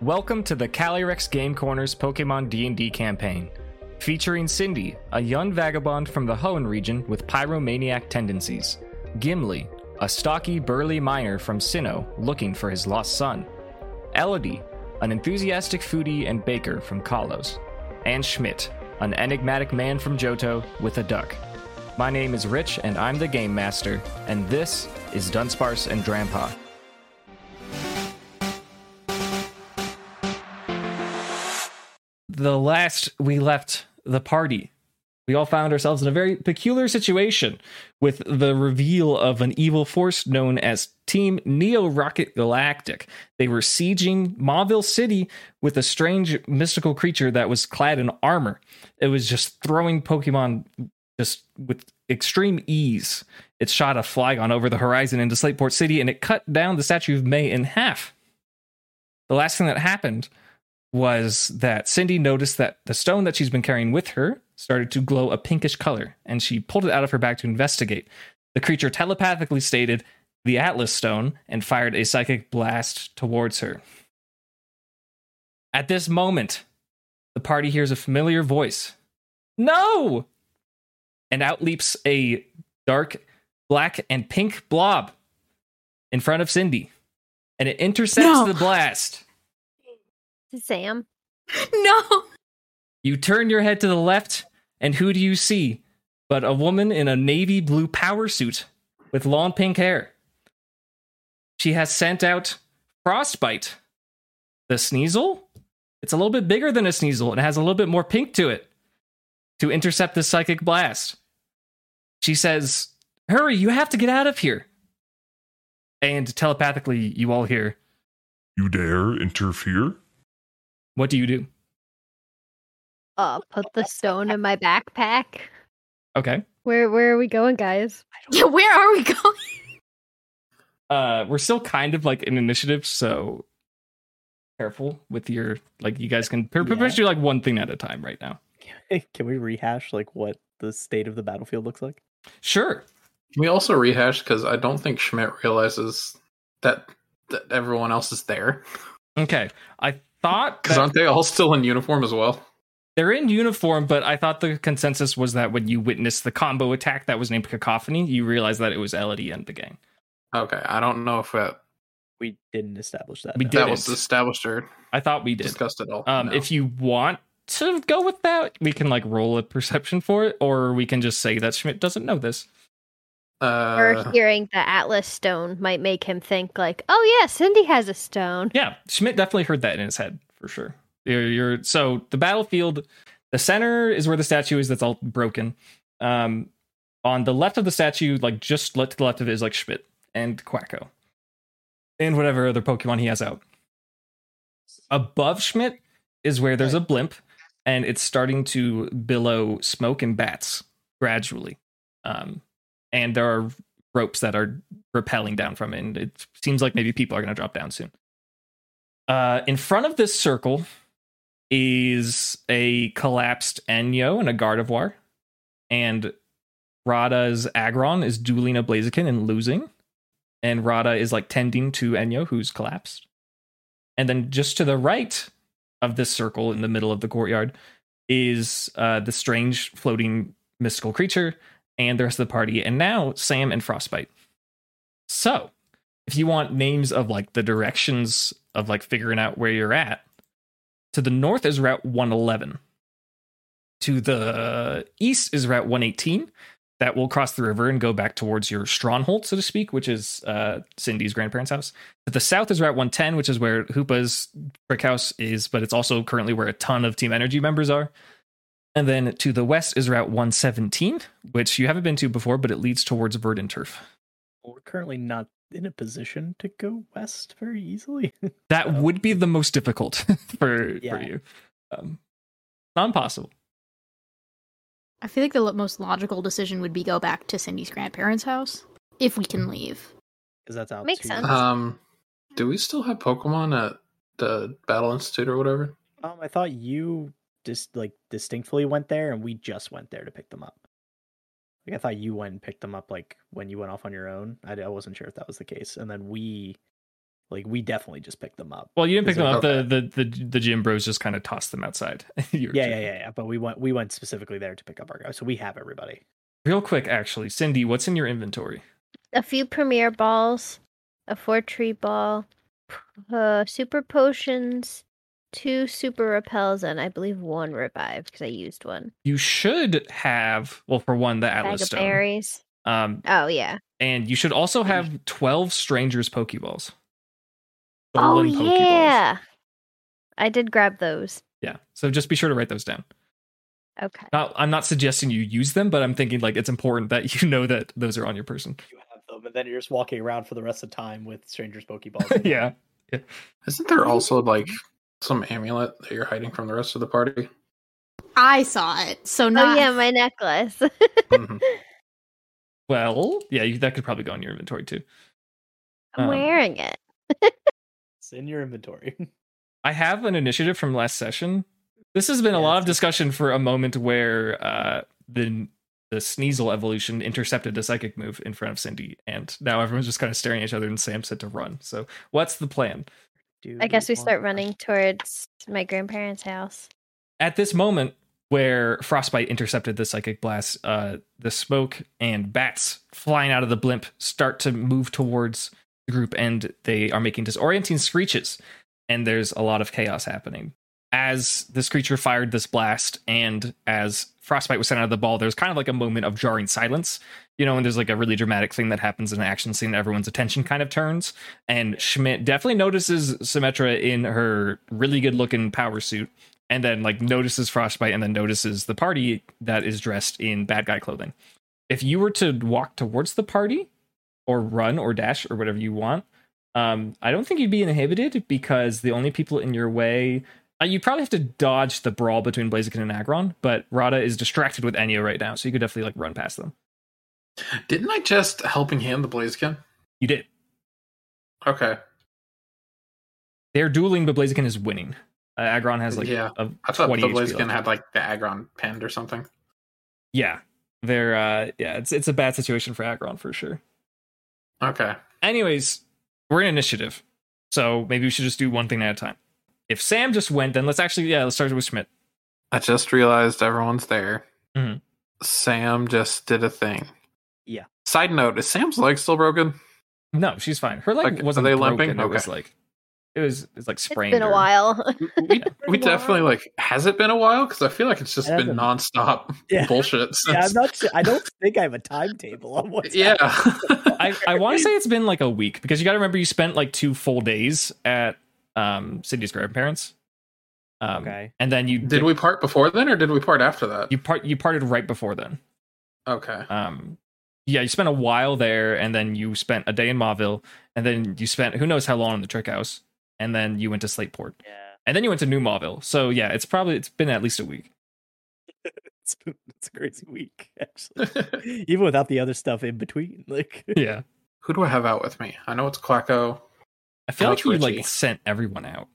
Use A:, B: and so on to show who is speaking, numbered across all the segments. A: Welcome to the Calyrex Game Corner's Pokemon D&D campaign, featuring Cindy, a young vagabond from the Hoenn region with pyromaniac tendencies, Gimli, a stocky, burly miner from Sinnoh looking for his lost son, Elodie, an enthusiastic foodie and baker from Kalos, and Schmidt, an enigmatic man from Johto with a duck. My name is Rich, and I'm the Game Master, and this is Dunsparce and Drampa. The last we left the party, we all found ourselves in a very peculiar situation with the reveal of an evil force known as Team Neo Rocket Galactic. They were sieging Mauville City with a strange mystical creature that was clad in armor. It was just throwing Pokemon just with extreme ease. It shot a flygon over the horizon into Slateport City and it cut down the Statue of May in half. The last thing that happened was that Cindy noticed that the stone that she's been carrying with her started to glow a pinkish color, and she pulled it out of her bag to investigate. The creature telepathically stated the Atlas Stone and fired a psychic blast towards her. At this moment, the party hears a familiar voice. No! And out leaps a dark, black, and pink blob in front of Cindy, and it intercepts
B: No.
A: the blast.
C: Sam.
B: No.
A: You turn your head to the left, and who do you see but a woman in a navy blue power suit with long pink hair? She has sent out Frostbite, the Sneasel. It's a little bit bigger than a Sneasel and has a little bit more pink to it to intercept this psychic blast. She says, Hurry, you have to get out of here. And telepathically, you all hear,
D: You dare interfere?
A: What do you do?
C: Uh, put the stone in my backpack.
A: Okay.
C: Where where are we going, guys?
B: Yeah, where are we going?
A: uh we're still kind of like in initiative so careful with your like you guys can pretty
E: Yeah.
A: much do like one thing at a time right now
E: Can we rehash like what the state of the battlefield looks like?
A: sure
F: Can we also rehash because I don't think Schmidt realizes that that everyone else is there
A: okay i thought
F: because
A: that-
F: aren't they all still in uniform as well?
A: they're in uniform but i thought the consensus was that when you witnessed the combo attack that was named cacophony you realized that it was elodie and the gang
F: Okay, I don't know if that,
E: We didn't establish that.
A: We
E: no.
F: that
A: Didn't.
F: was established or
A: i thought we did
F: discussed at all.
A: um
F: No.
A: if you want to go with that we can like roll a perception for it or we can just say that schmidt doesn't know this
C: or
F: uh,
C: hearing the Atlas stone might make him think like, oh yeah, Cindy has a stone.
A: Yeah, Schmidt definitely heard that in his head for sure. You're, you're so the battlefield, the center is where the statue is. That's all broken. Um, on the left of the statue, like just le- to the left of it is like Schmidt and Quacko, and whatever other Pokemon he has out. Above Schmidt is where there's a blimp, and it's starting to billow smoke and bats gradually. Um, and there are ropes that are rappelling down from it, and it seems like maybe people are going to drop down soon. Uh, in front of this circle is a collapsed Enyo and a Gardevoir, and Rada's Agron is dueling a Blaziken and losing, and Rada is like tending to Enyo, who's collapsed. And then just to the right of this circle, in the middle of the courtyard, is uh, the strange floating mystical creature and the rest of the party, and now Sam and Frostbite. So, if you want names of like the directions of like figuring out where you're at, to the north is Route 111. To the east is Route 118. That will cross the river and go back towards your stronghold, so to speak, which is uh, Cindy's grandparents' house. To the south is Route 110, which is where Hoopa's brick house is, but it's also currently where a ton of Team Energy members are. And then to the west is Route 117, which you haven't been to before, but it leads towards Verdant Turf.
E: We're currently not in a position to go west very easily.
A: That
E: So-
A: would be the most difficult for for
E: Yeah.
A: you. Um, not impossible.
B: I feel like the lo- most logical decision would be go back to Cindy's grandparents' house if we can leave.
E: Because that's out.
C: Makes
E: to-
C: sense.
F: um, do we still have Pokemon at the Battle Institute or whatever?
E: Um, I thought you just like distinctly went there, and we just went there to pick them up. Like I thought you went and picked them up like when you went off on your own. I, d- I wasn't sure if that was the case, and then we Like we definitely just picked them up.
A: Well, you didn't pick
E: Is it-
A: them up. The, the the the gym bros just kind of tossed them outside. You were
E: Yeah, yeah,
A: just-
E: yeah, yeah. But we went we went specifically there to pick up our guys. So we have everybody.
A: Real quick, actually, Cindy, what's in your inventory?
C: a few premier balls, a four tree ball, p- uh, super potions, two super repels, and I believe one revive because I used one.
A: You should have, well, for one, the
C: Bag
A: Atlas
C: of
A: Stone.
C: berries.
A: Um,
C: Oh yeah.
A: and you should also have twelve strangers Pokeballs.
C: Oh
A: Stolen Pokeballs.
C: yeah. I did grab those.
A: Yeah. So just be sure to write those down.
C: Okay.
A: Not, I'm not suggesting you use them, but I'm thinking like it's important that you know that those are on your person.
E: You have them, and then you're just walking around for the rest of the time with strangers' pokeballs.
A: yeah.
F: Isn't there also like some amulet that you're hiding from the rest of the party?
B: I saw it, so now
C: Oh yeah, my necklace.
F: Mhm.
A: Well, yeah, you, that could probably go in your inventory too.
C: I'm
A: Um,
C: wearing it.
E: It's in your inventory.
A: I have an initiative from last session. This has been a
E: Yeah,
A: lot of
E: it's-
A: discussion for a moment where uh, the the Sneasel evolution intercepted a psychic move in front of Cindy, and now everyone's just kind of staring at each other. And Sam said to run. So, what's the plan?
E: Do
C: I guess we
E: want
C: start
E: us-
C: running towards my grandparents' house.
A: at this moment where frostbite intercepted the psychic blast uh the smoke and bats flying out of the blimp start to move towards the group and they are making disorienting screeches and there's a lot of chaos happening as this creature fired this blast and as frostbite was sent out of the ball there's kind of like a moment of jarring silence you know and there's like a really dramatic thing that happens in an action scene everyone's attention kind of turns and schmidt definitely notices symmetra in her really good looking power suit and then like notices frostbite and then notices the party that is dressed in bad guy clothing if you were to walk towards the party or run or dash or whatever you want um i don't think you'd be inhibited because the only people in your way uh, you'd probably have to dodge the brawl between blaziken and agron but rada is distracted with enya right now so you could definitely like run past them
F: Didn't I just helping hand the Blaziken?
A: you did
F: Okay.
A: they're dueling but blaziken is winning uh, agron has like
F: Yeah.
A: a
F: I thought the
A: 20 HP left.
F: Blaziken had like the Aggron pinned or something.
A: yeah they're uh yeah it's it's a bad situation for agron for sure
F: Okay.
A: anyways, we're in initiative. So maybe we should just do one thing at a time. If Sam just went, then let's actually yeah, let's start with Schmidt.
F: I just realized everyone's there.
A: Mhm.
F: Sam just did a thing.
E: Mm-hmm. Yeah.
F: Side note: Is Sam's leg still broken?
A: No, she's fine. Her leg
F: Okay, are
A: wasn't
F: they
A: broken.
F: limping?
A: It was
F: Okay.
A: like it was it's like
C: It's
A: sprained.
C: been a
A: or-
C: while.
F: We, we
E: Been a while.
F: definitely like. Has it been a while? Because I feel like it's just
E: It
F: been
E: hasn't.
F: nonstop
E: Yeah.
F: bullshit.
E: Yeah, I'm
F: Since,
E: not. su- I don't think I have a timetable on what's
F: yeah.
E: happening.
A: I, I want to say it's been like a week because you got to remember you spent like two full days at um Cindy's grandparents. Um,
E: Okay.
A: And then you
F: did we part before then, or did we part after that?
A: you part you parted right before then.
F: Okay.
A: um yeah you spent a while there and then you spent a day in Mauville and then you spent who knows how long in the trick house and then you went to Slateport
E: Yeah,
A: and then you went to New Mauville so yeah it's probably it's been at least a week
E: it's, been- it's a crazy week actually. Even without the other stuff in between, like
A: yeah
F: Who do I have out with me? I know it's Quacko.
A: I feel like
F: Ouch,
A: you
F: Richie.
A: like sent everyone out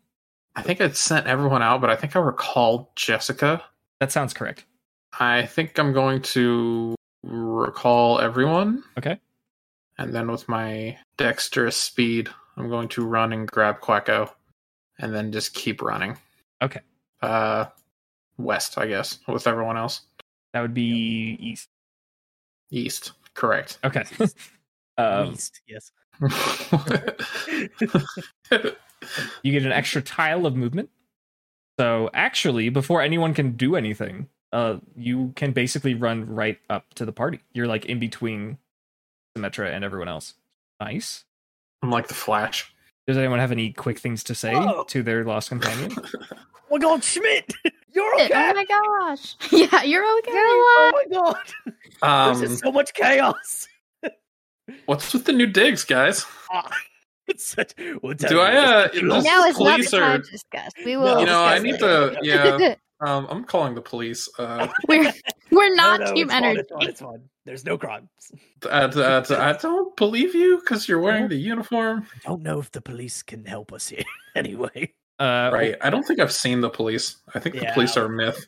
F: I think I sent everyone out, but I think I recalled Jessica.
A: that sounds correct
F: I think I'm going to recall everyone.
A: Okay.
F: And then with my dexterous speed, I'm going to run and grab Quacko and then just keep running.
A: Okay.
F: Uh west, I guess, with everyone else.
A: that would be east
F: East. Correct.
A: okay um
E: least, yes.
A: you get an extra tile of movement so actually before anyone can do anything uh you can basically run right up to the party you're like in between Symmetra and everyone else nice
F: I'm like the Flash.
A: Does anyone have any quick things to say
E: Whoa.
A: to their lost companion?
E: Oh my God, Schmidt, you're
C: Shit,
E: okay.
C: oh my gosh.
B: yeah, you're okay.
E: Oh my God,
F: Um,
E: this is so much chaos.
F: what's with the new digs, guys?
E: Ah, it's such, we'll tell
F: Do
E: you
F: I,
E: this.
F: uh, you know,
C: now it's not the
F: Police are-
C: time to discuss. We
E: No,
C: will.
F: you know, I
C: discuss
F: need
C: later.
F: to. Yeah, um, I'm calling the police. Uh,
B: We're we're not
E: No, no,
B: team
E: it's fine,
B: energy.
E: it's fine, it's fine. There's no crimes.
F: I, I, I don't believe you because you're wearing
E: Uh-huh.
F: the uniform.
E: I don't know if the police can help us here. Anyway,
A: Uh,
F: Right. I don't think I've seen the police. I think the
E: Yeah.
F: police are a myth.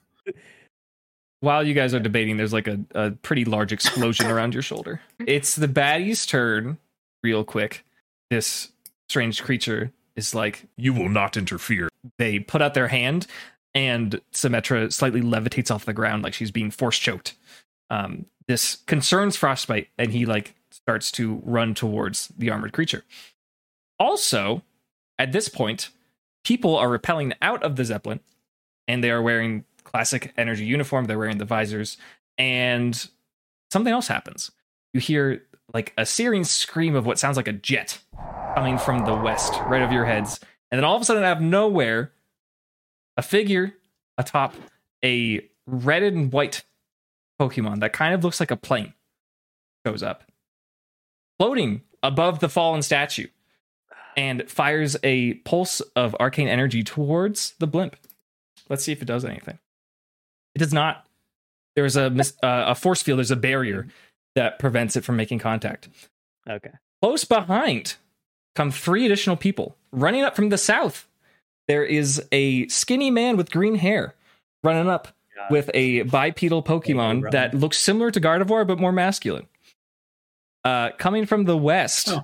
A: While you guys are debating, there's like a, a pretty large explosion around your shoulder. It's the baddie's turn, real quick. This strange creature is like
D: You will not interfere.
A: they put out their hand and Symmetra slightly levitates off the ground like she's being force choked. Um, this concerns Frostbite and he like starts to run towards the armored creature. Also, at this point, people are rappelling out of the Zeppelin and they are wearing classic energy uniform. They're wearing the visors and something else happens. You hear like a searing scream of what sounds like a jet coming from the west right over your heads. And then all of a sudden, out of nowhere, a figure atop a red and white Pokemon that kind of looks like a plane shows up, floating above the fallen statue, and fires a pulse of arcane energy towards the blimp. Let's see if it does anything. It does not. There's a mis- uh, a force field. There's a barrier that prevents it from making contact.
E: Okay.
A: Close behind come three additional people running up from the south. There is a skinny man with green hair running up with a bipedal Pokemon
E: Run.
A: that looks similar to Gardevoir but more masculine. Uh, coming from the west
F: Oh.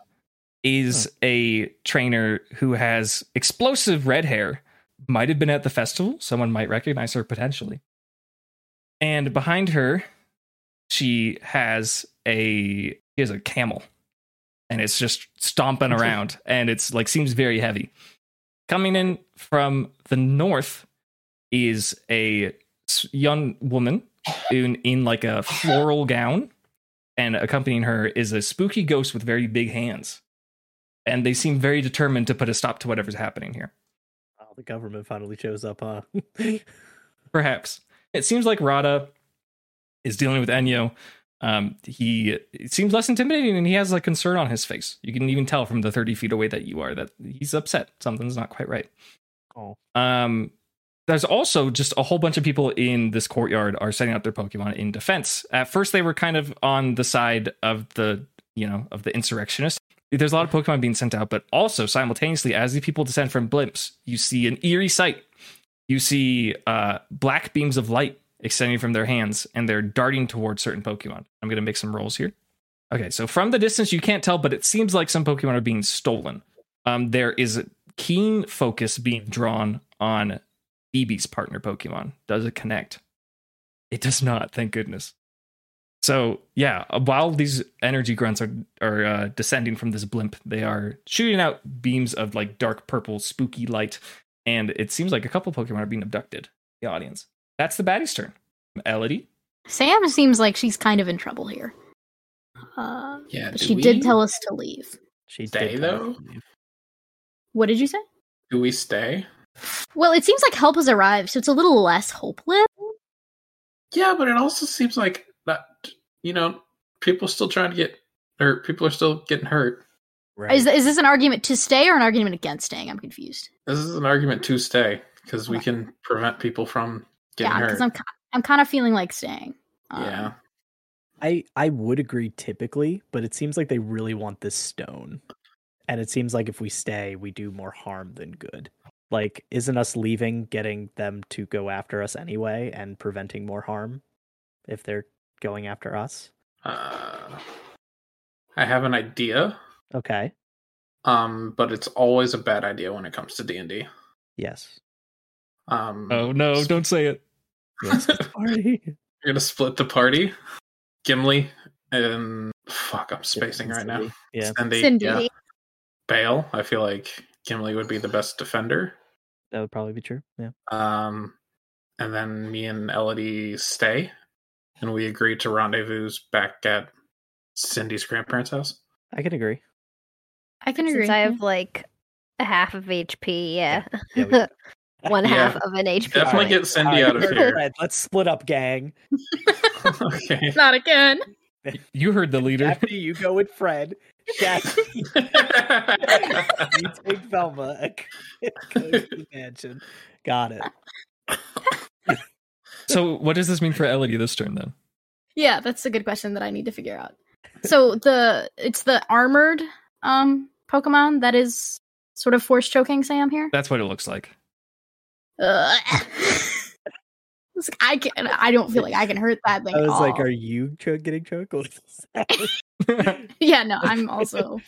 A: is a trainer who has explosive red hair. Might have been at the festival. Someone might recognize her potentially. And behind her, she has a she has a camel, and it's just stomping around, and it's like seems very heavy. Coming in from the north is a s- young woman in, in like a floral gown, and accompanying her is a spooky ghost with very big hands. And they seem very determined to put a stop to whatever's happening here.
E: Oh, the government finally shows up, huh?
A: Perhaps it seems like Rada is dealing with Enyo. Um, he it seems less intimidating, and he has like concern on his face. You can even tell from the thirty feet away that you are that he's upset. Something's not quite right.
E: oh.
A: Um, there's also just a whole bunch of people in this courtyard are setting out their Pokemon in defense. At first, they were kind of on the side of the you know of the insurrectionists. There's a lot of Pokemon being sent out, but also simultaneously, as these people descend from blimps, you see an eerie sight. You see uh, black beams of light extending from their hands, and they're darting towards certain Pokemon. I'm going to make some rolls here. Okay, so from the distance, you can't tell, but it seems like some Pokemon are being stolen. Um, there is keen focus being drawn on Eevee's partner Pokemon. Does it connect? It does not, thank goodness. So yeah, uh, while these energy grunts are are uh, descending from this blimp, they are shooting out beams of like dark purple, spooky light, and it seems like a couple Pokemon are being abducted. The audience. That's the baddie's turn. Elodie,
B: Sam seems like she's kind of in trouble here. Uh,
F: Yeah,
B: but
F: do
B: she did
F: we-
B: tell us to leave.
E: She
F: Stay,
E: did tell us
F: though?
E: to leave.
B: What did you say?
F: Do we stay?
B: Well, it seems like help has arrived, so it's a little less hopeless.
F: Yeah, but it also seems like that you know people still trying to get or people are still getting hurt.
E: Right.
B: Is, is this an argument to stay or an argument against staying? I'm confused.
F: This is an argument to stay because we can prevent people from getting
B: yeah,
F: hurt.
B: I'm ki- I'm kind of feeling like staying. Um,
F: yeah,
E: I I would agree typically, but it seems like they really want this stone. And it seems like if we stay, we do more harm than good. Like isn't us leaving getting them to go after us anyway and preventing more harm if they're going after us?
F: uh, I have an idea,
E: Okay.
F: um, but it's always a bad idea when it comes to D and D.
E: Yes.
F: Um,
A: oh no, don't say it.
E: Yes. it's party.
F: We're gonna split the party. Gimli and fuck, I'm spacing right now.
E: Yeah.
F: Cindy,
B: Cindy.
F: yeah. Bale. I feel like Gimli would be the best defender.
E: That would probably be true. Yeah.
F: Um, and then me and Elodie stay, and we agree to rendezvous back at Cindy's grandparents' house.
E: I can agree.
B: I can agree.
C: Since I have like a half of HP, yeah.
E: Yeah, we can.
C: One
F: Yeah.
C: half of an HP.
F: Definitely
E: Alright.
C: point.
F: get Cindy out of
E: Alright,
F: here.
E: alright, Let's split up, gang.
F: okay.
B: Not again.
A: You heard the leader.
E: Daphne, you go with Fred. Shaq, you take Velma and go to the mansion. Got it.
A: so what does this mean for Elodie this turn then?
B: Yeah, that's a good question that I need to figure out. So the it's the armored um Pokemon that is sort of force choking Sam here.
A: That's what it looks like.
B: Ugh. It's like, I can I don't feel like I can hurt that thing.
E: I
B: at
E: was like,
B: all.
E: "Are you cho- getting choked?" What is that?
B: yeah, no, I'm also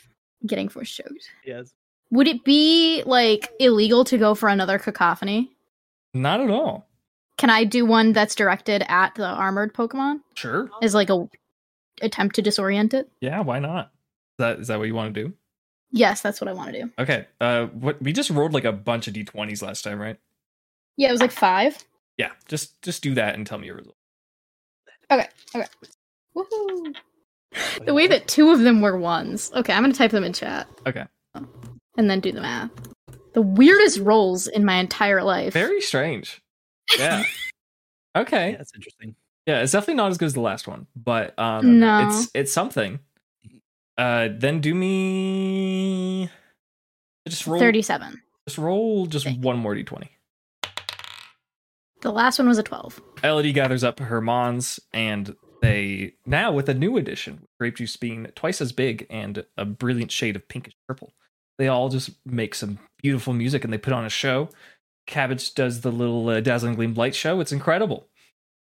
B: getting force choked.
E: yes.
B: Would it be like illegal to go for another cacophony?
A: Not at all.
B: Can I do one that's directed at the armored Pokemon?
A: Sure.
B: Is like a attempt to disorient it?
A: Yeah, why not? Is that is that what you want to do?
B: Yes, that's what I want to do.
A: Okay. Uh what we just rolled like a bunch of d20s last time, right?
B: Yeah, it was like five.
A: Yeah, just just do that and tell me your result.
B: Woohoo! The way that two of them were ones. Okay, I'm gonna type them in chat.
A: Okay.
B: And then do the math. The weirdest rolls in my entire life.
A: Very strange. Yeah. okay.
E: Yeah, that's interesting.
A: Yeah, it's definitely not as good as the last one, but um,
B: No.
A: it's it's something. Uh, then do me just roll
B: 37.
A: Just roll just
B: Thank
A: one more d20.
B: The last one was a 12.
A: Elodie gathers up her mons, and they now with a new addition, grape juice being twice as big and a brilliant shade of pinkish purple. They all just make some beautiful music, and they put on a show. Cabbage does the little uh, dazzling gleam light show. It's incredible.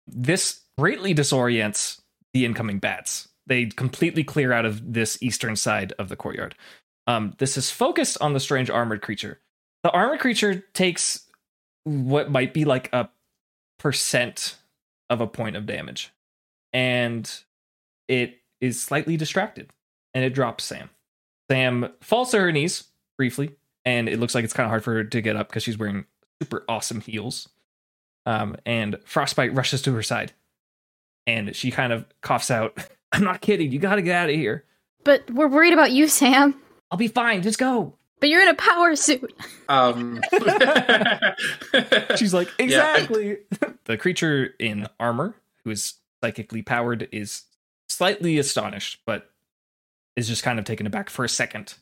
A: This greatly disorients the incoming bats. They completely clear out of this eastern side of the courtyard. Um, this is focused on the strange armored creature. The armored creature takes what might be like a percent of a point of damage, and it is slightly distracted, and it drops Sam. Sam falls to her knees briefly, and it looks like it's kind of hard for her to get up because she's wearing super awesome heels. Um, and Frostbite rushes to her side, and she kind of coughs out, "I'm not kidding. You got to get out of here.
B: But we're worried about you, Sam.
A: I'll be fine. Just go."
B: But you're in a power suit.
F: Um,
A: She's like,
F: Yeah.
A: exactly. the creature in armor, who is psychically powered, is slightly astonished, but is just kind of taken aback for a second.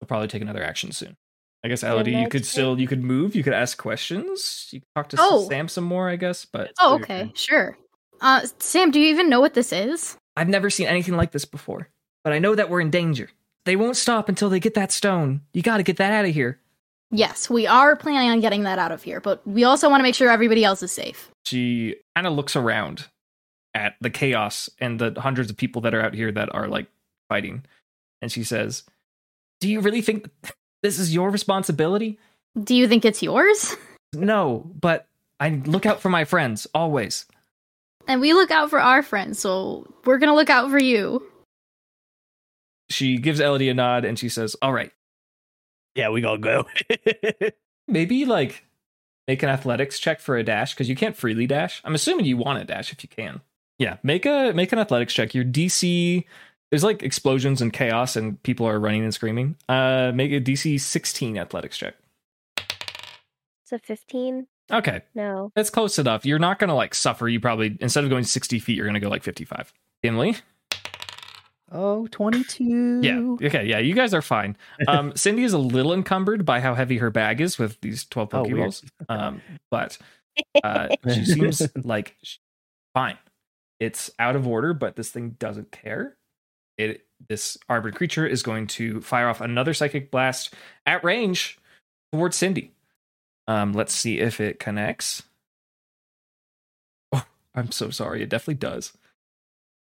A: Will probably take another action soon. I guess Elodie, you could
C: next
A: still you could move, you could ask questions, you could talk to
B: Oh.
A: Sam some more, I guess. But
B: Oh, okay. Sure. Uh, Sam, do you even know what this is?
A: I've never seen anything like this before, but I know that we're in danger. They won't stop until they get that stone. You got to get that out of here.
B: Yes, we are planning on getting that out of here, but we also want to make sure everybody else is safe.
A: she kind of looks around at the chaos and the hundreds of people that are out here that are like fighting and she says do you really think this is your responsibility
B: Do you think it's yours?
A: no but i look out for my friends always
B: And we look out for our friends, so we're gonna look out for you.
A: she gives elodie a nod and she says all right
E: Yeah, we gotta go.
A: maybe like make an athletics check for a dash because you can't freely dash i'm assuming you want to dash if you can yeah make a make an athletics check your dc there's like explosions and chaos and people are running and screaming uh make a dc 16 athletics check
C: It's a 15.
A: okay
C: No.
A: that's close enough you're not gonna like suffer you probably instead of going 60 feet you're gonna go like 55 Gimli?
E: oh, 22.
A: Yeah. Okay. Yeah. You guys are fine. Um, Cindy is a little encumbered by how heavy her bag is with these 12
E: Oh, weird.
A: Pokeballs. um, but uh, she seems like she's fine. It's out of order, but this thing doesn't care. It this armored creature is going to fire off another psychic blast at range towards Cindy. Um, let's see if it connects. Oh, I'm so sorry. It definitely does.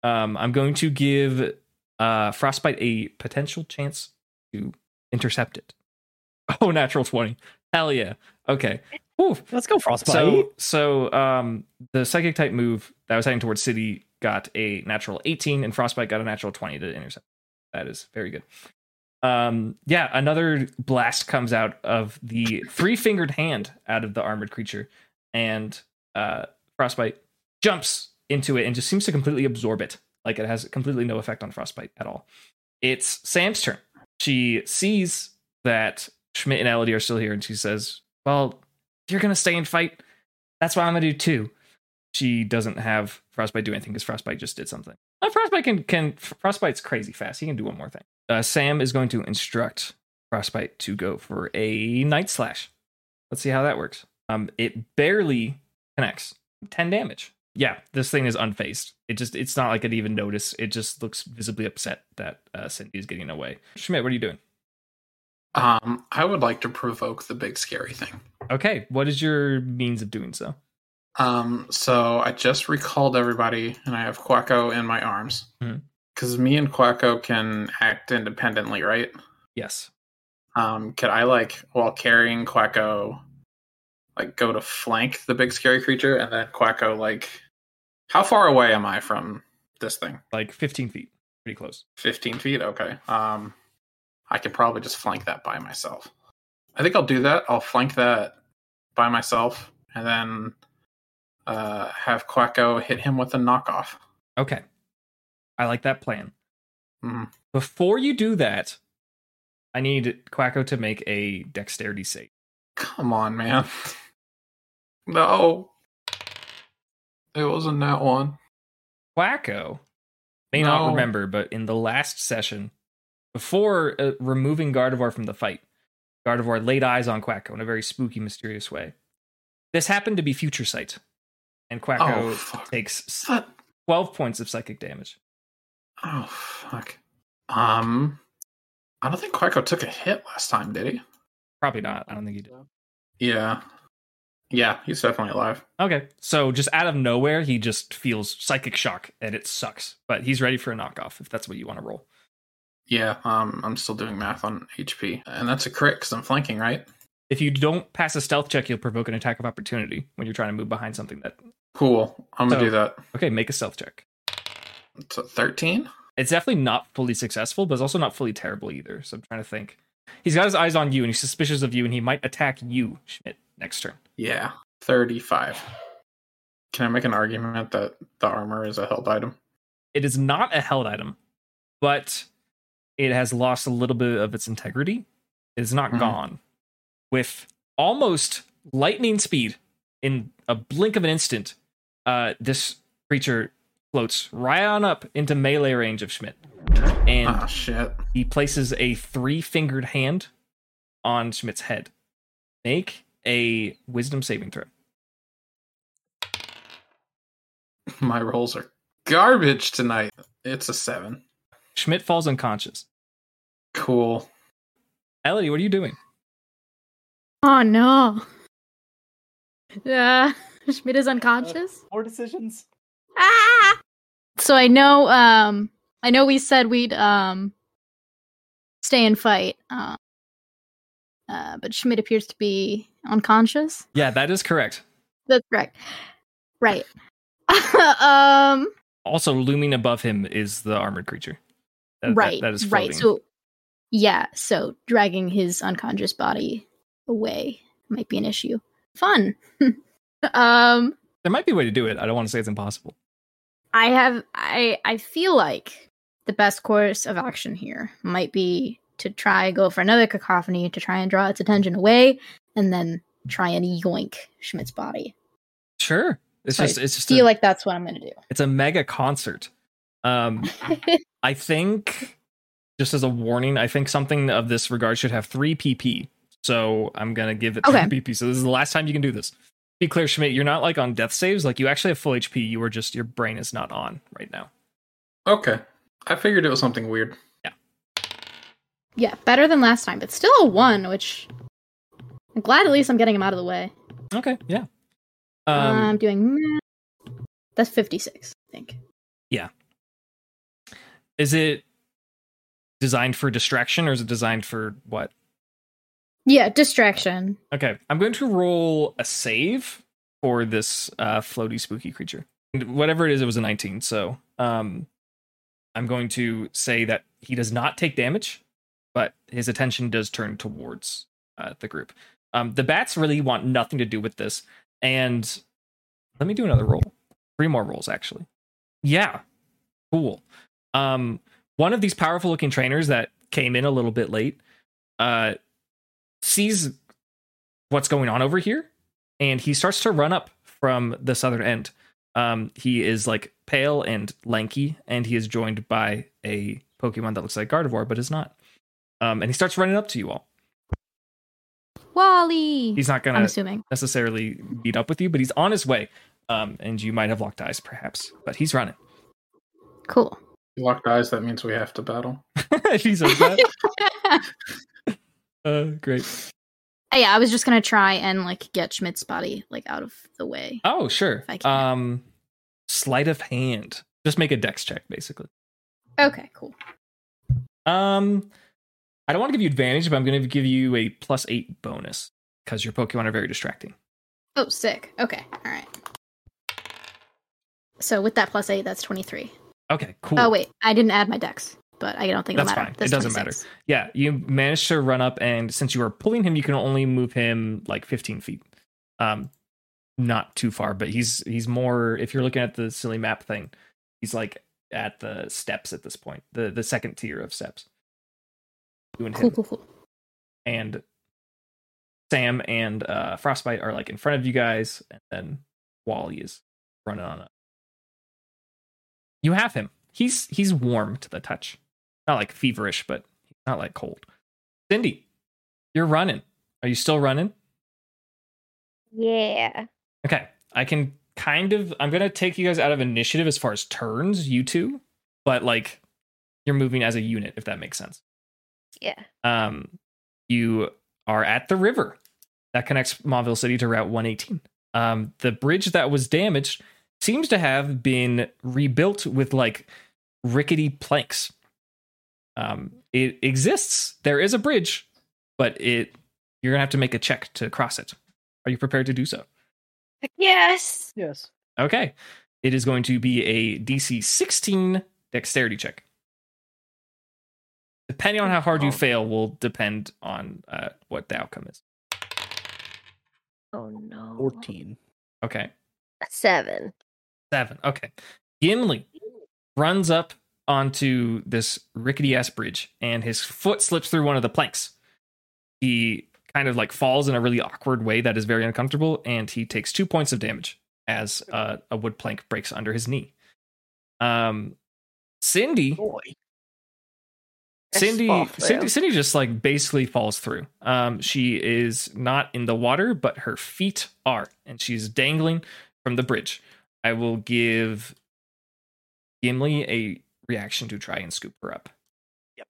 A: Um, I'm going to give uh, Frostbite a potential chance to intercept it. Oh, natural 20. Hell yeah. Okay. Oof.
E: Let's go, Frostbite.
A: So, so um, the psychic type move that was heading towards City got a natural 18, and Frostbite got a natural 20 to intercept. That is very good. Um, yeah, another blast comes out of the three fingered hand out of the armored creature, and uh, Frostbite jumps into it and just seems to completely absorb it. Like it has completely no effect on Frostbite at all. It's Sam's turn. She sees that Schmidt and Elodie are still here, and she says, Well, if you're going to stay and fight, that's what I'm going to do too. She doesn't have Frostbite do anything because Frostbite just did something. Uh, Frostbite can, can, Frostbite's crazy fast. He can do one more thing. Uh, Sam is going to instruct Frostbite to go for a Night Slash. Let's see how that works. Um, It barely connects. 10 damage. Yeah, this thing is unfazed. It just, it's not like it even notice. It just looks visibly upset that uh, Cindy is getting away. Schmidt, what are you doing?
F: um, I would like to provoke the big scary thing.
A: Okay, what is your means of doing so?
F: Um, so I just recalled everybody, and I have Quacko in my arms
A: Mhm.
F: because me and Quacko can act independently, right?
A: Yes.
F: Um, could I like while carrying Quacko, like go to flank the big scary creature, and then Quacko like, how far away am I from this thing?
A: like 15 feet, pretty close.
F: Fifteen feet. Okay. Um, I could probably just flank that by myself. I think I'll do that. I'll flank that by myself, and then uh, have Quacko hit him with a knockoff.
A: Okay, I like that plan.
F: Mhm.
A: Before you do that, I need Quacko to make a dexterity save.
F: Come on, man. No. It wasn't that one.
A: Quacko may not
F: No.
A: remember, but in the last session, before uh, removing Gardevoir from the fight, Gardevoir laid eyes on Quacko in a very spooky, mysterious way. This happened to be Future Sight, and
F: Oh,
A: Quacko
F: fuck.
A: takes s-
F: That-
A: 12 points of psychic damage.
F: Oh fuck. Um I don't think Quacko took a hit last time, did he?
A: Probably not. I don't think he did.
F: Yeah. Yeah, he's definitely alive.
A: Okay, so just out of nowhere, he just feels psychic shock, and it sucks. But he's ready for a knockoff if that's what you want to roll.
F: Yeah, um I'm still doing math on HP. And that's a crit cuz I'm flanking, right?
A: If you don't pass a stealth check, you'll provoke an attack of opportunity when you're trying to move behind something. That
F: Cool. I'm going
A: So-
F: to do that.
A: okay, make a stealth check.
F: It's a 13.
A: it's definitely not fully successful, but it's also not fully terrible either. So I'm trying to think. He's got his eyes on you, and he's suspicious of you, and he might attack you Schmidt next turn.
F: Yeah, 35. Can I make an argument that the armor is a held item?
A: It is not a held item, but it has lost a little bit of its integrity. It is not
F: Mhm.
A: gone. With almost lightning speed, in a blink of an instant, uh, this creature floats right on up into melee range of Schmidt, and
F: Ah, shit.
A: he places a three fingered hand on Schmidt's head. Make a wisdom saving throw.
F: My rolls are garbage tonight. It's a 7.
A: Schmidt falls unconscious.
F: Cool.
A: Elodie, what are you doing?
B: Oh no. Uh, Schmidt is unconscious.
E: More decisions.
B: Ah! So I know um I know we said we'd um stay and fight. Uh, uh but Schmidt appears to be unconscious.
A: Yeah, that is correct.
B: That's correct. Right. um
A: Also, looming above him is the armored creature. That- that-
B: right.
A: that is floating.
B: right. So yeah, so dragging his unconscious body away might be an issue. Fun. um
A: there might be a way to do it. I don't want to say it's impossible.
B: I have I I feel like the best course of action here might be to try go for another cacophony to try and draw its attention away and then try and yoink Schmidt's body.
A: Sure. It's
B: So I
A: just it's just
B: feel
A: a,
B: like that's what I'm gonna
A: it's a mega concert. Um
B: do.
A: I think, just as a warning, I think something of this regard should have three PP. So I'm gonna give it three
B: Okay.
A: PP. So this is the last time you can do this. Be clear, Schmidt. You're not like on death saves. Like you actually have full HP. You are just your brain is not on right now.
F: Okay. I figured it was something weird.
B: yeah, better than last time, but still a one, which I'm glad at least I'm getting him out of the way.
A: Okay. Yeah.
B: I'm
A: Um,
B: doing math. that's 56, I think.
A: is it designed for distraction or is it designed for what?
B: Yeah, distraction.
A: Okay, I'm going to roll a save for this uh, floaty spooky creature. And Whatever it is, it was a 19. So um, I'm going to say that he does not take damage, but his attention does turn towards uh, the group. Um, the bats really want nothing to do with this. And let me do another roll. Three more rolls, actually. Yeah, cool. Um, one of these powerful looking trainers that came in a little bit late uh, sees what's going on over here and he starts to run up from the southern end um he is like pale and lanky and he is joined by a pokemon that looks like gardevoir but is not um and he starts running up to you all
B: Wally.
A: he's not
B: I'm
A: gonna
B: assuming.
A: necessarily meet up with you but he's on his way um and you might have locked eyes perhaps but he's running
B: Cool.
F: You locked eyes, that means we have to battle.
A: he's like that. uh great
B: yeah, I was just gonna try and like get Schmidt's body like out of the way.
A: oh sure
B: If I can.
A: um sleight of hand just make a dex check basically
B: Okay, cool.
A: Um, I don't want to give you advantage, but I'm going to give you a plus eight bonus because your Pokemon are very distracting.
B: Oh, sick. Okay. All right. So with that plus eight, that's 23.
A: Okay, cool.
B: Oh, wait. I didn't add my dex, but I don't think it'll
A: That's
B: matter.
A: fine. It doesn't matter. Yeah, you managed to run up, and since you are pulling him, you can only move him like 15 feet. Um, not too far, but he's he's more. If you're looking at the silly map thing, he's like at the steps at this point, the the second tier of steps. You and
B: Cool,
A: him
B: cool, cool.
A: and Sam and uh, Frostbite are like in front of you guys, and then Wally is running on up. You have him. He's he's warm to the touch, not like feverish, but not like cold. Cindy, you're running. Are you still running?
C: Yeah.
A: Okay, I can kind of. I'm gonna take you guys out of initiative as far as turns, you two, but like you're moving as a unit, if that makes sense.
C: Yeah.
A: um, you are at the river that connects Montville City to Route 118. Um, the bridge that was damaged seems to have been rebuilt with like rickety planks. Um, it exists. There is a bridge, but it you're gonna have to make a check to cross it. Are you prepared to do so?
C: Yes.
E: Yes.
A: Okay. It is going to be a DC 16 dexterity check. Depending on how hard you
F: Oh.
A: fail will depend on uh, what the outcome is.
C: Oh no.
E: 14.
A: Okay.
C: Seven.
A: Seven. Okay. Gimli runs up onto this rickety ass bridge and his foot slips through one of the planks. He kind of like falls in a really awkward way that is very uncomfortable and he takes two points of damage as uh, a wood plank breaks under his knee. Um, Cindy.
E: Boy.
C: Just
A: Cindy,
C: fall through.
A: Cindy, Cindy just like basically falls through. Um, she is not in the water, but her feet are, and she's dangling from the bridge. I will give Gimli a reaction to try and scoop her up.
E: Yep.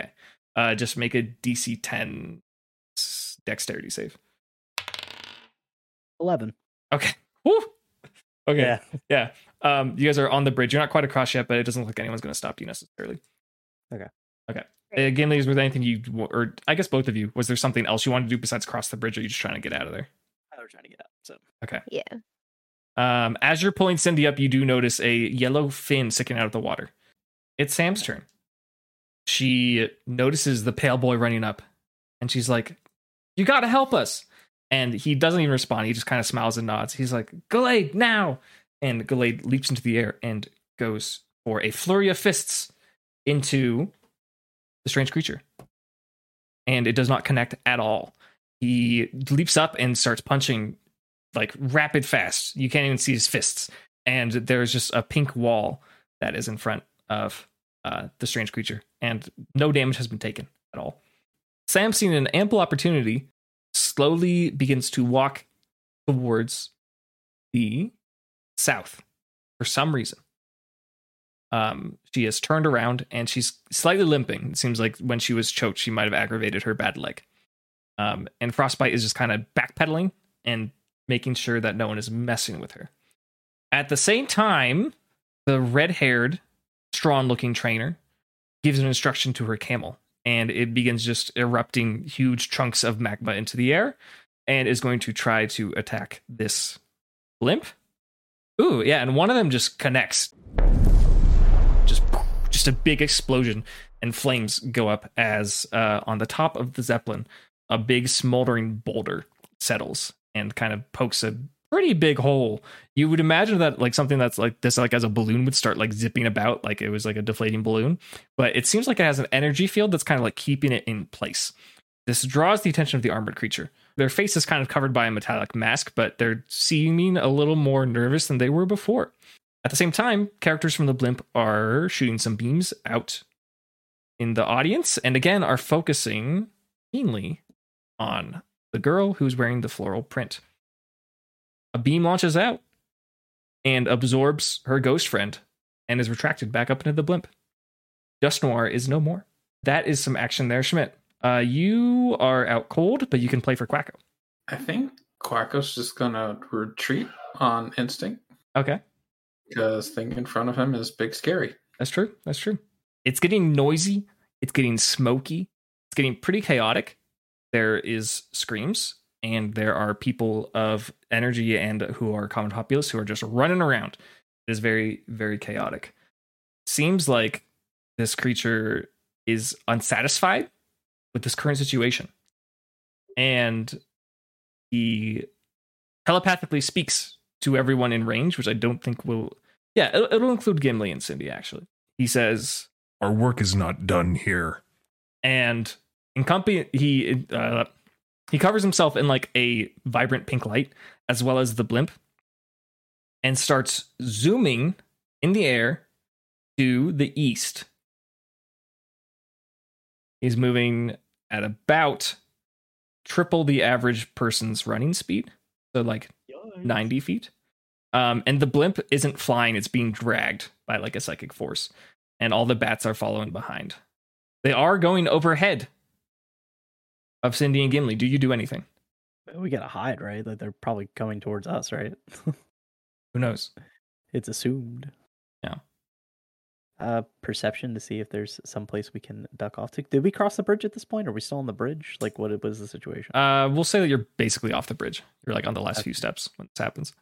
A: Okay. Uh, just make a DC 10 s- dexterity save.
E: 11.
A: Okay. Woo! Okay.
E: Yeah.
A: Um, you guys are on the bridge. You're not quite across yet, but it doesn't look like anyone's going to stop you necessarily.
E: Okay.
A: Okay. Uh, Gimli, was there anything you, or I guess both of you, was there something else you wanted to do besides cross the bridge? Or are you just trying to get out of there?
E: I was trying to get out. So
C: Yeah.
A: Um, as you're pulling Cindy up, you do notice a yellow fin sticking out of the water. It's Sam's turn. She notices the pale boy running up and she's like, You gotta help us. And he doesn't even respond. He just kind of smiles and nods. He's like, Gallade, now. And Gallade leaps into the air and goes for a flurry of fists into the strange creature. And it does not connect at all. He leaps up and starts punching like rapid fast. You can't even see his fists. And there's just a pink wall that is in front of uh, the strange creature, and no damage has been taken at all. Sam, seeing an ample opportunity, slowly begins to walk towards the south for some reason. Um, she has turned around and she's slightly limping. It seems like when she was choked, she might have aggravated her bad leg. Um, and Frostbite is just kind of backpedaling and making sure that no one is messing with her. At the same time, the red haired, strong looking trainer gives an instruction to her camel, and it begins just erupting huge chunks of magma into the air and is going to try to attack this blimp. Ooh, yeah, and one of them just connects. Just, just a big explosion, and flames go up as uh, on the top of the Zeppelin, a big smoldering boulder settles and kind of pokes a pretty big hole. You would imagine that like something that's like this like as a balloon would start like zipping about like it was like a deflating balloon, but it seems like it has an energy field that's kind of like keeping it in place. This draws the attention of the armored creature. Their face is kind of covered by a metallic mask, but they're seeming a little more nervous than they were before. At the same time, characters from the blimp are shooting some beams out in the audience and again are focusing keenly on the girl who's wearing the floral print. A beam launches out and absorbs her ghost friend and is retracted back up into the blimp. Dust Noir is no more. That is some action there, Schmidt. Uh, you are out cold, but you can play for Quacko.
F: I think Quacko's just gonna retreat on instinct
A: Okay,
F: because thing in front of him is big scary.
A: that's true. That's true. It's getting noisy. It's getting smoky. getting pretty chaotic. There is screams, and there are people of energy and who are common populace who are just running around. It is very, very chaotic. Seems like this creature is unsatisfied with this current situation. And he telepathically speaks to everyone in range, which I don't think will. Yeah, it'll, it'll include Gimli and Cindy, actually. He says,
D: Our work is not done here.
A: and in company he uh, he covers himself in like a vibrant pink light as well as the blimp and starts zooming in the air to the east he's moving at about triple the average person's running speed so like 90 feet um, and the blimp isn't flying it's being dragged by like a psychic force and all the bats are following behind they are going overhead of Cindy and Gimli. Do you do anything?
E: We gotta hide, right? Like they're probably coming towards us, right?
A: Who knows?
E: it's assumed.
A: Yeah.
E: Uh, perception to see if there's some place we can duck off to. Did we cross the bridge at this point? Are we still on the bridge? Like, what was the situation?
A: Uh, we'll say that you're basically off the bridge. You're like on the last few steps when this happens.